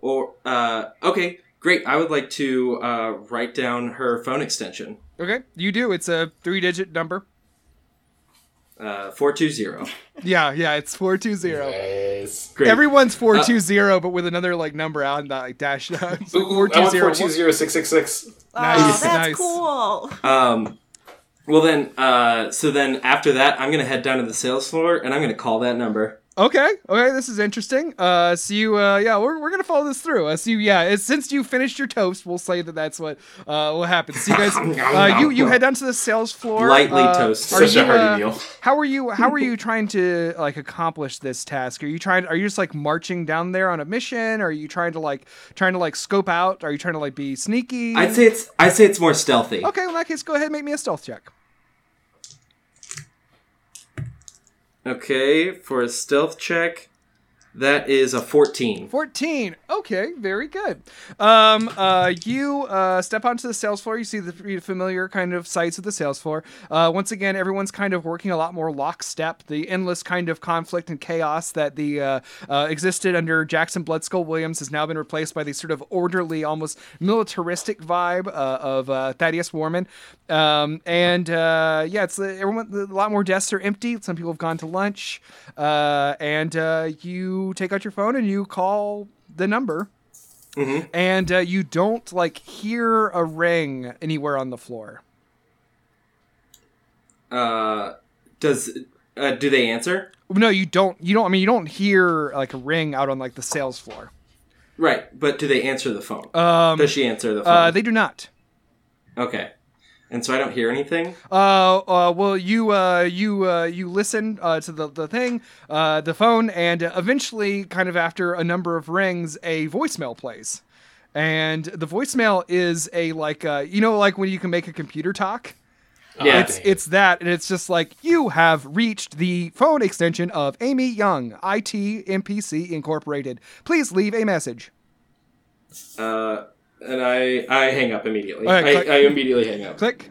Or uh, okay, great. I would like to uh, write down her phone extension
okay, you do. It's a three-digit number.
uh, four two zero.
Yeah, yeah, it's four two zero.
Nice.
Great.
Everyone's four two zero, but with another like number out and that like dash.
Ooh,
Four
I
two
want
zero.
420666.
Nice,
Oh, that's
nice.
cool.
Um, well then, uh, so then after that, I'm gonna head down to the sales floor and I'm gonna call that number.
Okay, okay, this is interesting. Uh, so you, uh, yeah, we're, we're gonna follow this through. Uh, so you, yeah, it's, since you finished your toast, we'll say that that's what uh what happens. So you guys, uh, you you head down to the sales floor.
Lightly
uh,
toast.
are
Such
you,
a hearty
uh,
meal.
How are you? How are you trying to like accomplish this task? Are you trying? Are you just like marching down there on a mission? Are you trying to like trying to like scope out? Are you trying to like be sneaky?
I'd say it's I'd say it's more stealthy.
Okay, well, in that case, go ahead and make me a stealth check.
Okay, for a stealth check, that is a 14.
14 okay very good um uh you uh step onto the sales floor you see the three familiar kind of sights of the sales floor uh once again everyone's kind of working a lot more lockstep the endless kind of conflict and chaos that the uh, uh existed under jackson bloodskull williams has now been replaced by the sort of orderly almost militaristic vibe uh, of uh, thaddeus warman um and uh yeah it's uh, everyone a lot more desks are empty some people have gone to lunch uh and uh you take out your phone and you call the number and uh, you don't like hear a ring anywhere on the floor
Uh, does uh, do they answer?
no you don't you don't i mean you don't hear like a ring out on like the sales floor
Right, but do they answer the phone?
um
does she answer the phone?
uh, they do not
okay. And so I don't hear anything.
Uh, uh, well, you, uh, you, uh, you listen uh, to the, the thing, uh, the phone, and eventually, kind of after a number of rings, a voicemail plays. And the voicemail is a like, uh, you know, like when you can make a computer talk.
Yeah.
Ah,
Uh, It's
dang.
it's that, and it's just like you have reached the phone extension of Amy Young, IT MPC Incorporated. Please leave a message.
Uh, and I I hang up immediately.
All right, click.
I, I immediately hang up.
Click.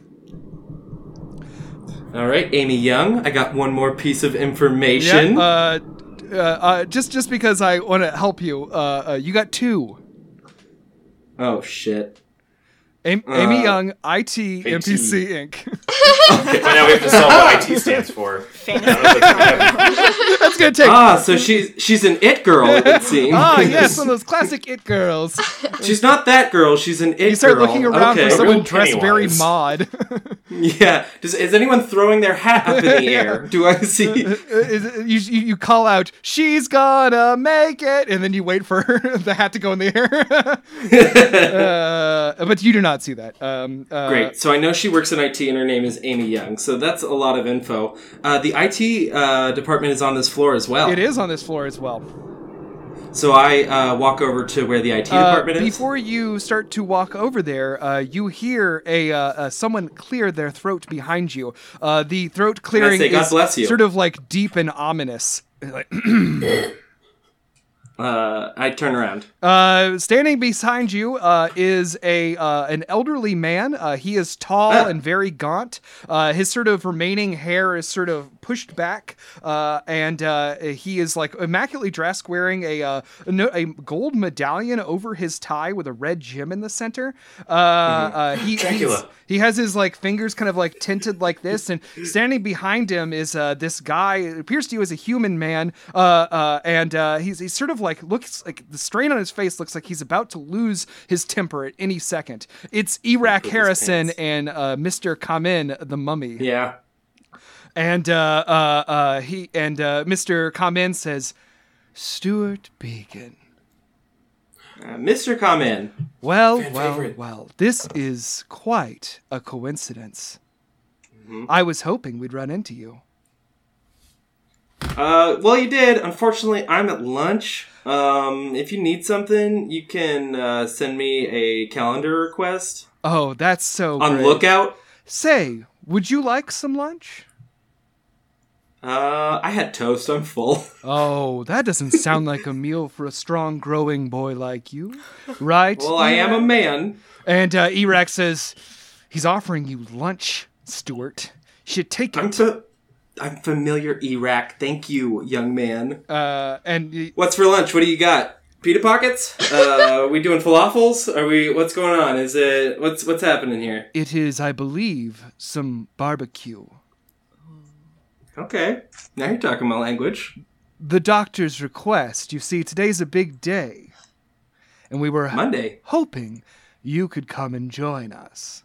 All right, Amy Young, I got one more piece of information.
Yeah. Uh, uh, uh, just just because I want to help you, uh, uh, you got two.
oh shit.
Am- Amy
Uh,
Young, IT, MPC Inc.
Okay, but now we have to solve what IT stands for. I don't know if that's gonna happen.
That's gonna take.
Ah, so she's she's an it girl. It seems.
Ah, yes, one of those classic it girls.
she's not that girl. She's an it girl.
You start looking around
okay.
for someone
Real
dressed very
Pennywise.
mod.
Yeah. Does, is anyone throwing their hat up in the air? Do I see?
Uh, Is it- you, you you call out, "She's gonna make it," and then you wait for the hat to go in the air. uh, but you do not see that. Um, uh,
Great. So I know she works in IT, and her name is Amy Young. So that's a lot of info. Uh, the IT uh, department is on this floor as well.
It is on this floor as well.
So I uh, walk over to where the IT
Uh,
department is.
before you start to walk over there, uh, you hear a uh, uh, someone clear their throat behind you. Uh, the throat clearing
say, "God
is
bless you."
sort of like deep and ominous.
Uh, I turn around.
Uh, standing behind you uh, is a uh, an elderly man. Uh, he is tall
Ah.
and very gaunt. Uh, his sort of remaining hair is sort of pushed back, uh, and uh, he is like immaculately dressed, wearing a uh, no, a gold medallion over his tie with a red gem in the center. Uh, uh, he, he's-
Dracula.
he has his like fingers kind of like tinted like this, and standing behind him is uh, this guy. It appears to you as a human man, uh, uh, and uh, he's he's sort of like looks like the strain on his face looks like he's about to lose his temper at any second. It's Iraq Harrison and uh, Mister Kamen the Mummy,
Yeah.
and uh, uh, uh, he and uh, Mister Kamen says, "Stuart Beacon."
Uh, Mr. Common.
Well,
Fan
well,
favorite.
well. This is quite a coincidence.
Mm-hmm.
I was hoping we'd run into you.
Uh, well, you did. Unfortunately, I'm at lunch. Um, if you need something, you can uh, send me a calendar request.
Oh, that's so
on
great.
lookout.
Say, would you like some lunch?
Uh, I had toast. I'm full.
Oh, that doesn't sound like a meal for a strong, growing boy like you, right?
Well, I am a man.
And uh, Erax says, "He's offering you lunch, Stuart. Should take
I'm
it."
fa- I'm familiar, Iraq. Thank you, young man.
uh, and y-
What's for lunch? What do you got? Pita pockets? Uh, we doing falafels? Are we? What's going on? Is it? What's what's happening here?
it is, I believe, some barbecue.
Okay, now you're talking my language.
The doctor's request. You see, today's a big day, and we were
Monday.
hoping you could come and join us.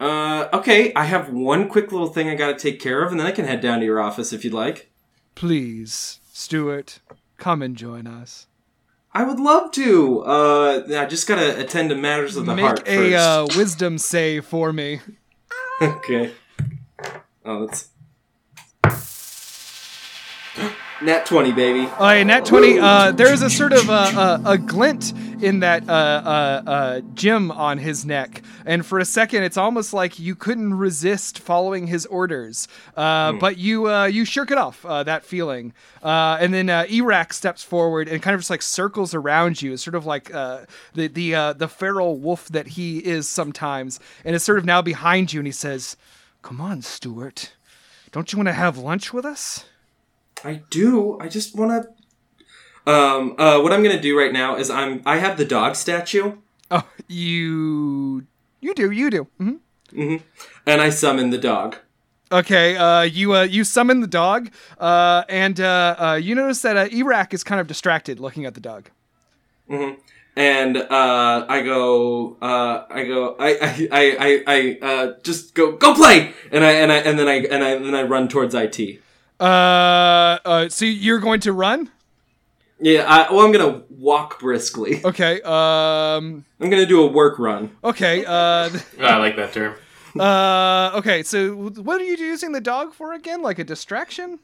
Uh, okay. I have one quick little thing I got to take care of, and then I can head down to your office if you'd like.
Please, Stuart, come and join us.
I would love to. Uh, I just gotta attend to matters of the
Make
heart
a
first.
uh, wisdom save for me.
Okay. Oh, that's. Nat 20, baby.
Oh, and Nat 20, uh, there is a sort of uh, uh, a glint in that uh, uh, uh, gem on his neck. And for a second, it's almost like you couldn't resist following his orders. Uh, But you uh, you shirk it off, uh, that feeling. Uh, and then uh, Erak steps forward and kind of just like circles around you. It's sort of like uh, the, the, uh, the feral wolf that he is sometimes. And it's sort of now behind you. And he says, Come on, Stuart. Don't you want to have lunch with us?
I do. I just wanna. Um, uh, what I'm gonna do right now is I'm. I have the dog statue,
Oh, you you do you do. hmm
and I summon the dog.
Okay, uh, you uh, you summon the dog, uh, and uh, uh, you notice that uh, Erak is kind of distracted looking at the dog.
And uh, I go, uh, I go, I, I, I, I, I uh, just go, go play, and I, and I, and then I, and I, and then I run towards it.
Uh, uh, so you're going to run?
Yeah, I, well, I'm gonna walk briskly.
Okay. Um.
I'm gonna do a work run.
Okay. Uh.
I like that term.
uh okay. So what are you using the dog for again? Like a distraction?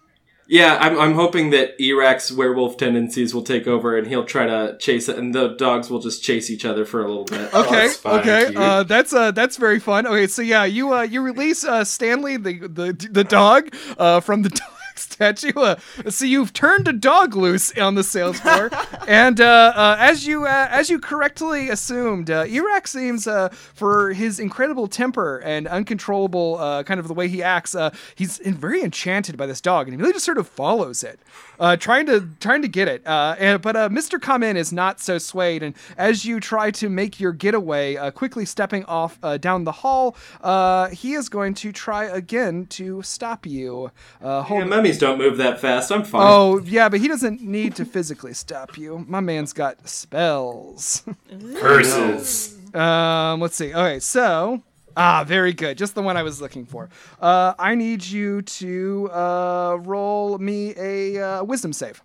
Yeah, I'm, I'm hoping that Erak's werewolf tendencies will take over and he'll try to chase it, and the dogs will just chase each other for a little bit.
Okay,
Oh, that's fine,
okay,
dude.
uh, that's uh, that's very fun. Okay, so yeah, you uh, you release uh, Stanley the the the dog uh, from the dog statue. Uh, so you've turned a dog loose on the sales floor, and uh, uh, as you uh, as you correctly assumed, uh, Iraq seems uh, for his incredible temper and uncontrollable uh, kind of the way he acts, uh, he's in- very enchanted by this dog, and he really just sort of follows it, uh, trying to trying to get it. Uh, and but uh, Mister Come In is not so swayed, and as you try to make your getaway, uh, quickly stepping off uh, down the hall, uh, he is going to try again to stop you. Uh, hold
Yeah, mummies don't move that fast. I'm fine.
Oh yeah, but he doesn't need to physically stop you. My man's got spells.
Curses.
Um, let's see. Okay, so ah, very good. Just the one I was looking for. Uh, I need you to uh, roll me a uh, wisdom save.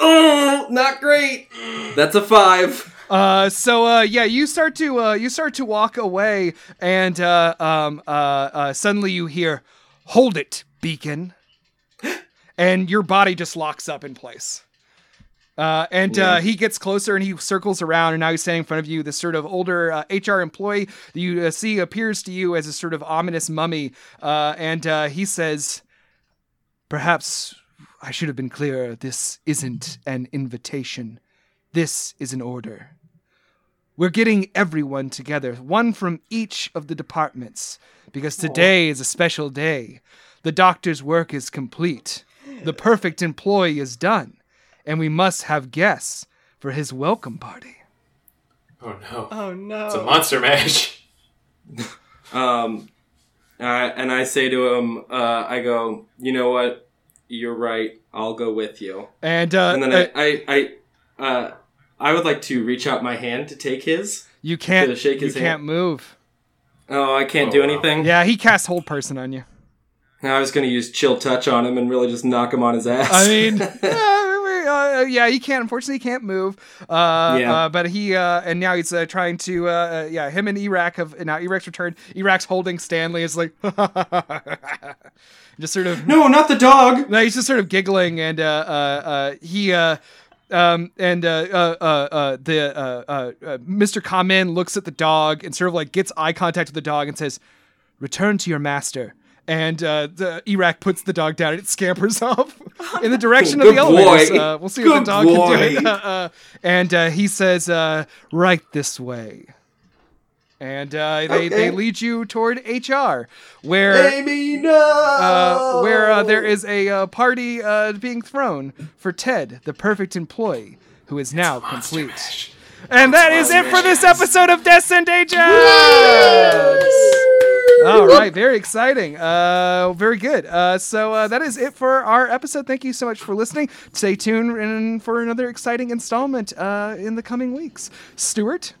Oh, not great. That's a five.
Uh, so uh, yeah, you start to uh, you start to walk away, and uh, um, uh, uh, suddenly you hear, "Hold it, beacon," and your body just locks up in place. Uh, and uh, he gets closer and he circles around, and now he's standing in front of you. This sort of older uh, HR employee that you uh, see appears to you as a sort of ominous mummy, uh, and uh, he says, "Perhaps I should have been clearer. This isn't an invitation." This is an order. We're getting everyone together, one from each of the departments, because today is a special day. The doctor's work is complete, the perfect employee is done, and we must have guests for his welcome party.
Oh no.
Oh no.
It's a monster mash.
Um, uh, and I say to him, uh, I go, you know what? You're right. I'll go with you.
And, uh,
And then
uh,
I, I, I, uh, I would like to reach out my hand to take his.
you can't
to shake
you
his
can't
hand.
move.
Oh, I can't
Oh,
do
wow.
anything.
Yeah, he casts whole person on you.
I was gonna use chill touch on him and really just knock him on his ass.
I mean, yeah, we- uh, yeah, he can't. Unfortunately, he can't move. Uh,
Yeah.
uh, but he uh, and now he's uh, trying to. Uh, uh, yeah, him and Iraq have now Iraq's returned. Iraq's holding Stanley. Is like just sort of.
no, not the dog.
No, he's just sort of giggling, and uh, uh, uh, he uh, Um, and uh, uh, uh, uh, the uh, uh, uh, Mr. Kamen looks at the dog and sort of like gets eye contact with the dog and says, "Return to your master." And uh, the Iraq puts the dog down and it scampers off in the direction of
Good
the elevators.
boy.
Uh, we'll see what the
Good
dog can do.
boy.
Uh, and uh, he says, uh, "Right this way." And uh, they, they
Okay.
lead you toward HR, where
Amy, no.
uh, where uh, there is a uh, party uh, being thrown for Ted, the perfect employee, who is now complete. And that is it for this episode of Deaths and Agents! All right, very exciting. Uh, very good. Uh, so uh, that is it for our episode. Thank you so much for listening. Stay tuned in for another exciting installment uh, in the coming weeks. Stuart?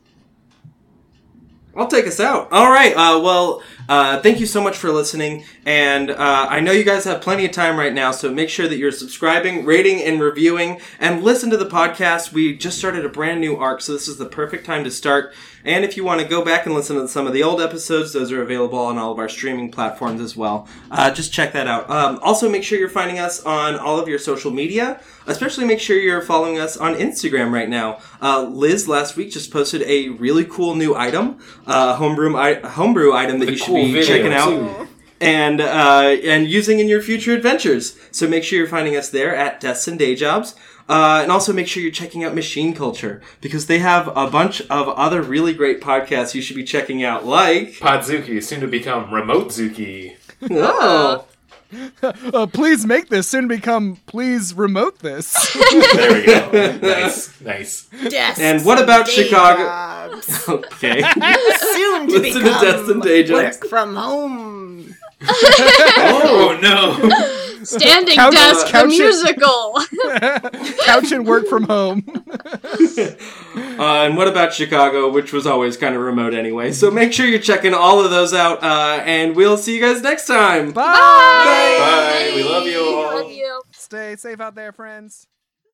I'll take us out. All right. Uh, well, uh, thank you so much for listening. And uh, I know you guys have plenty of time right now, so make sure that you're subscribing, rating, and reviewing. And listen to the podcast. We just started a brand new arc, so this is the perfect time to start. And if you want to go back and listen to some of the old episodes, those are available on all of our streaming platforms as well. Uh, just check that out. Um, also, make sure you're finding us on all of your social media. Especially make sure you're following us on Instagram right now. Uh, Liz last week just posted a really cool new item, uh, homebrew I- homebrew item that
The
you should
cool
be
video,
checking out
too.
and uh, and using in your future adventures. So make sure you're finding us there at Deaths and Day Jobs. Uh, and also make sure you're checking out Machine Culture because they have a bunch of other really great podcasts you should be checking out. Like,
Podzuki, soon to become Remote Zuki.
oh,
Uh, please make this soon become please remote this.
There we go. nice, nice.
Death.
and what about
Day
Chicago?
jobs.
Okay,
Soon to
listen to
become
Deaths and Day Jobs.
work from home.
Oh no!
Standing
Couch-
desk
couch-
musical.
Couch and work from home.
Uh, and what about Chicago, which was always kind of remote anyway? So make sure you're checking all of those out, uh, and we'll see you guys next time.
Bye.
Bye. We love you all.
Love you.
Stay safe out there, friends.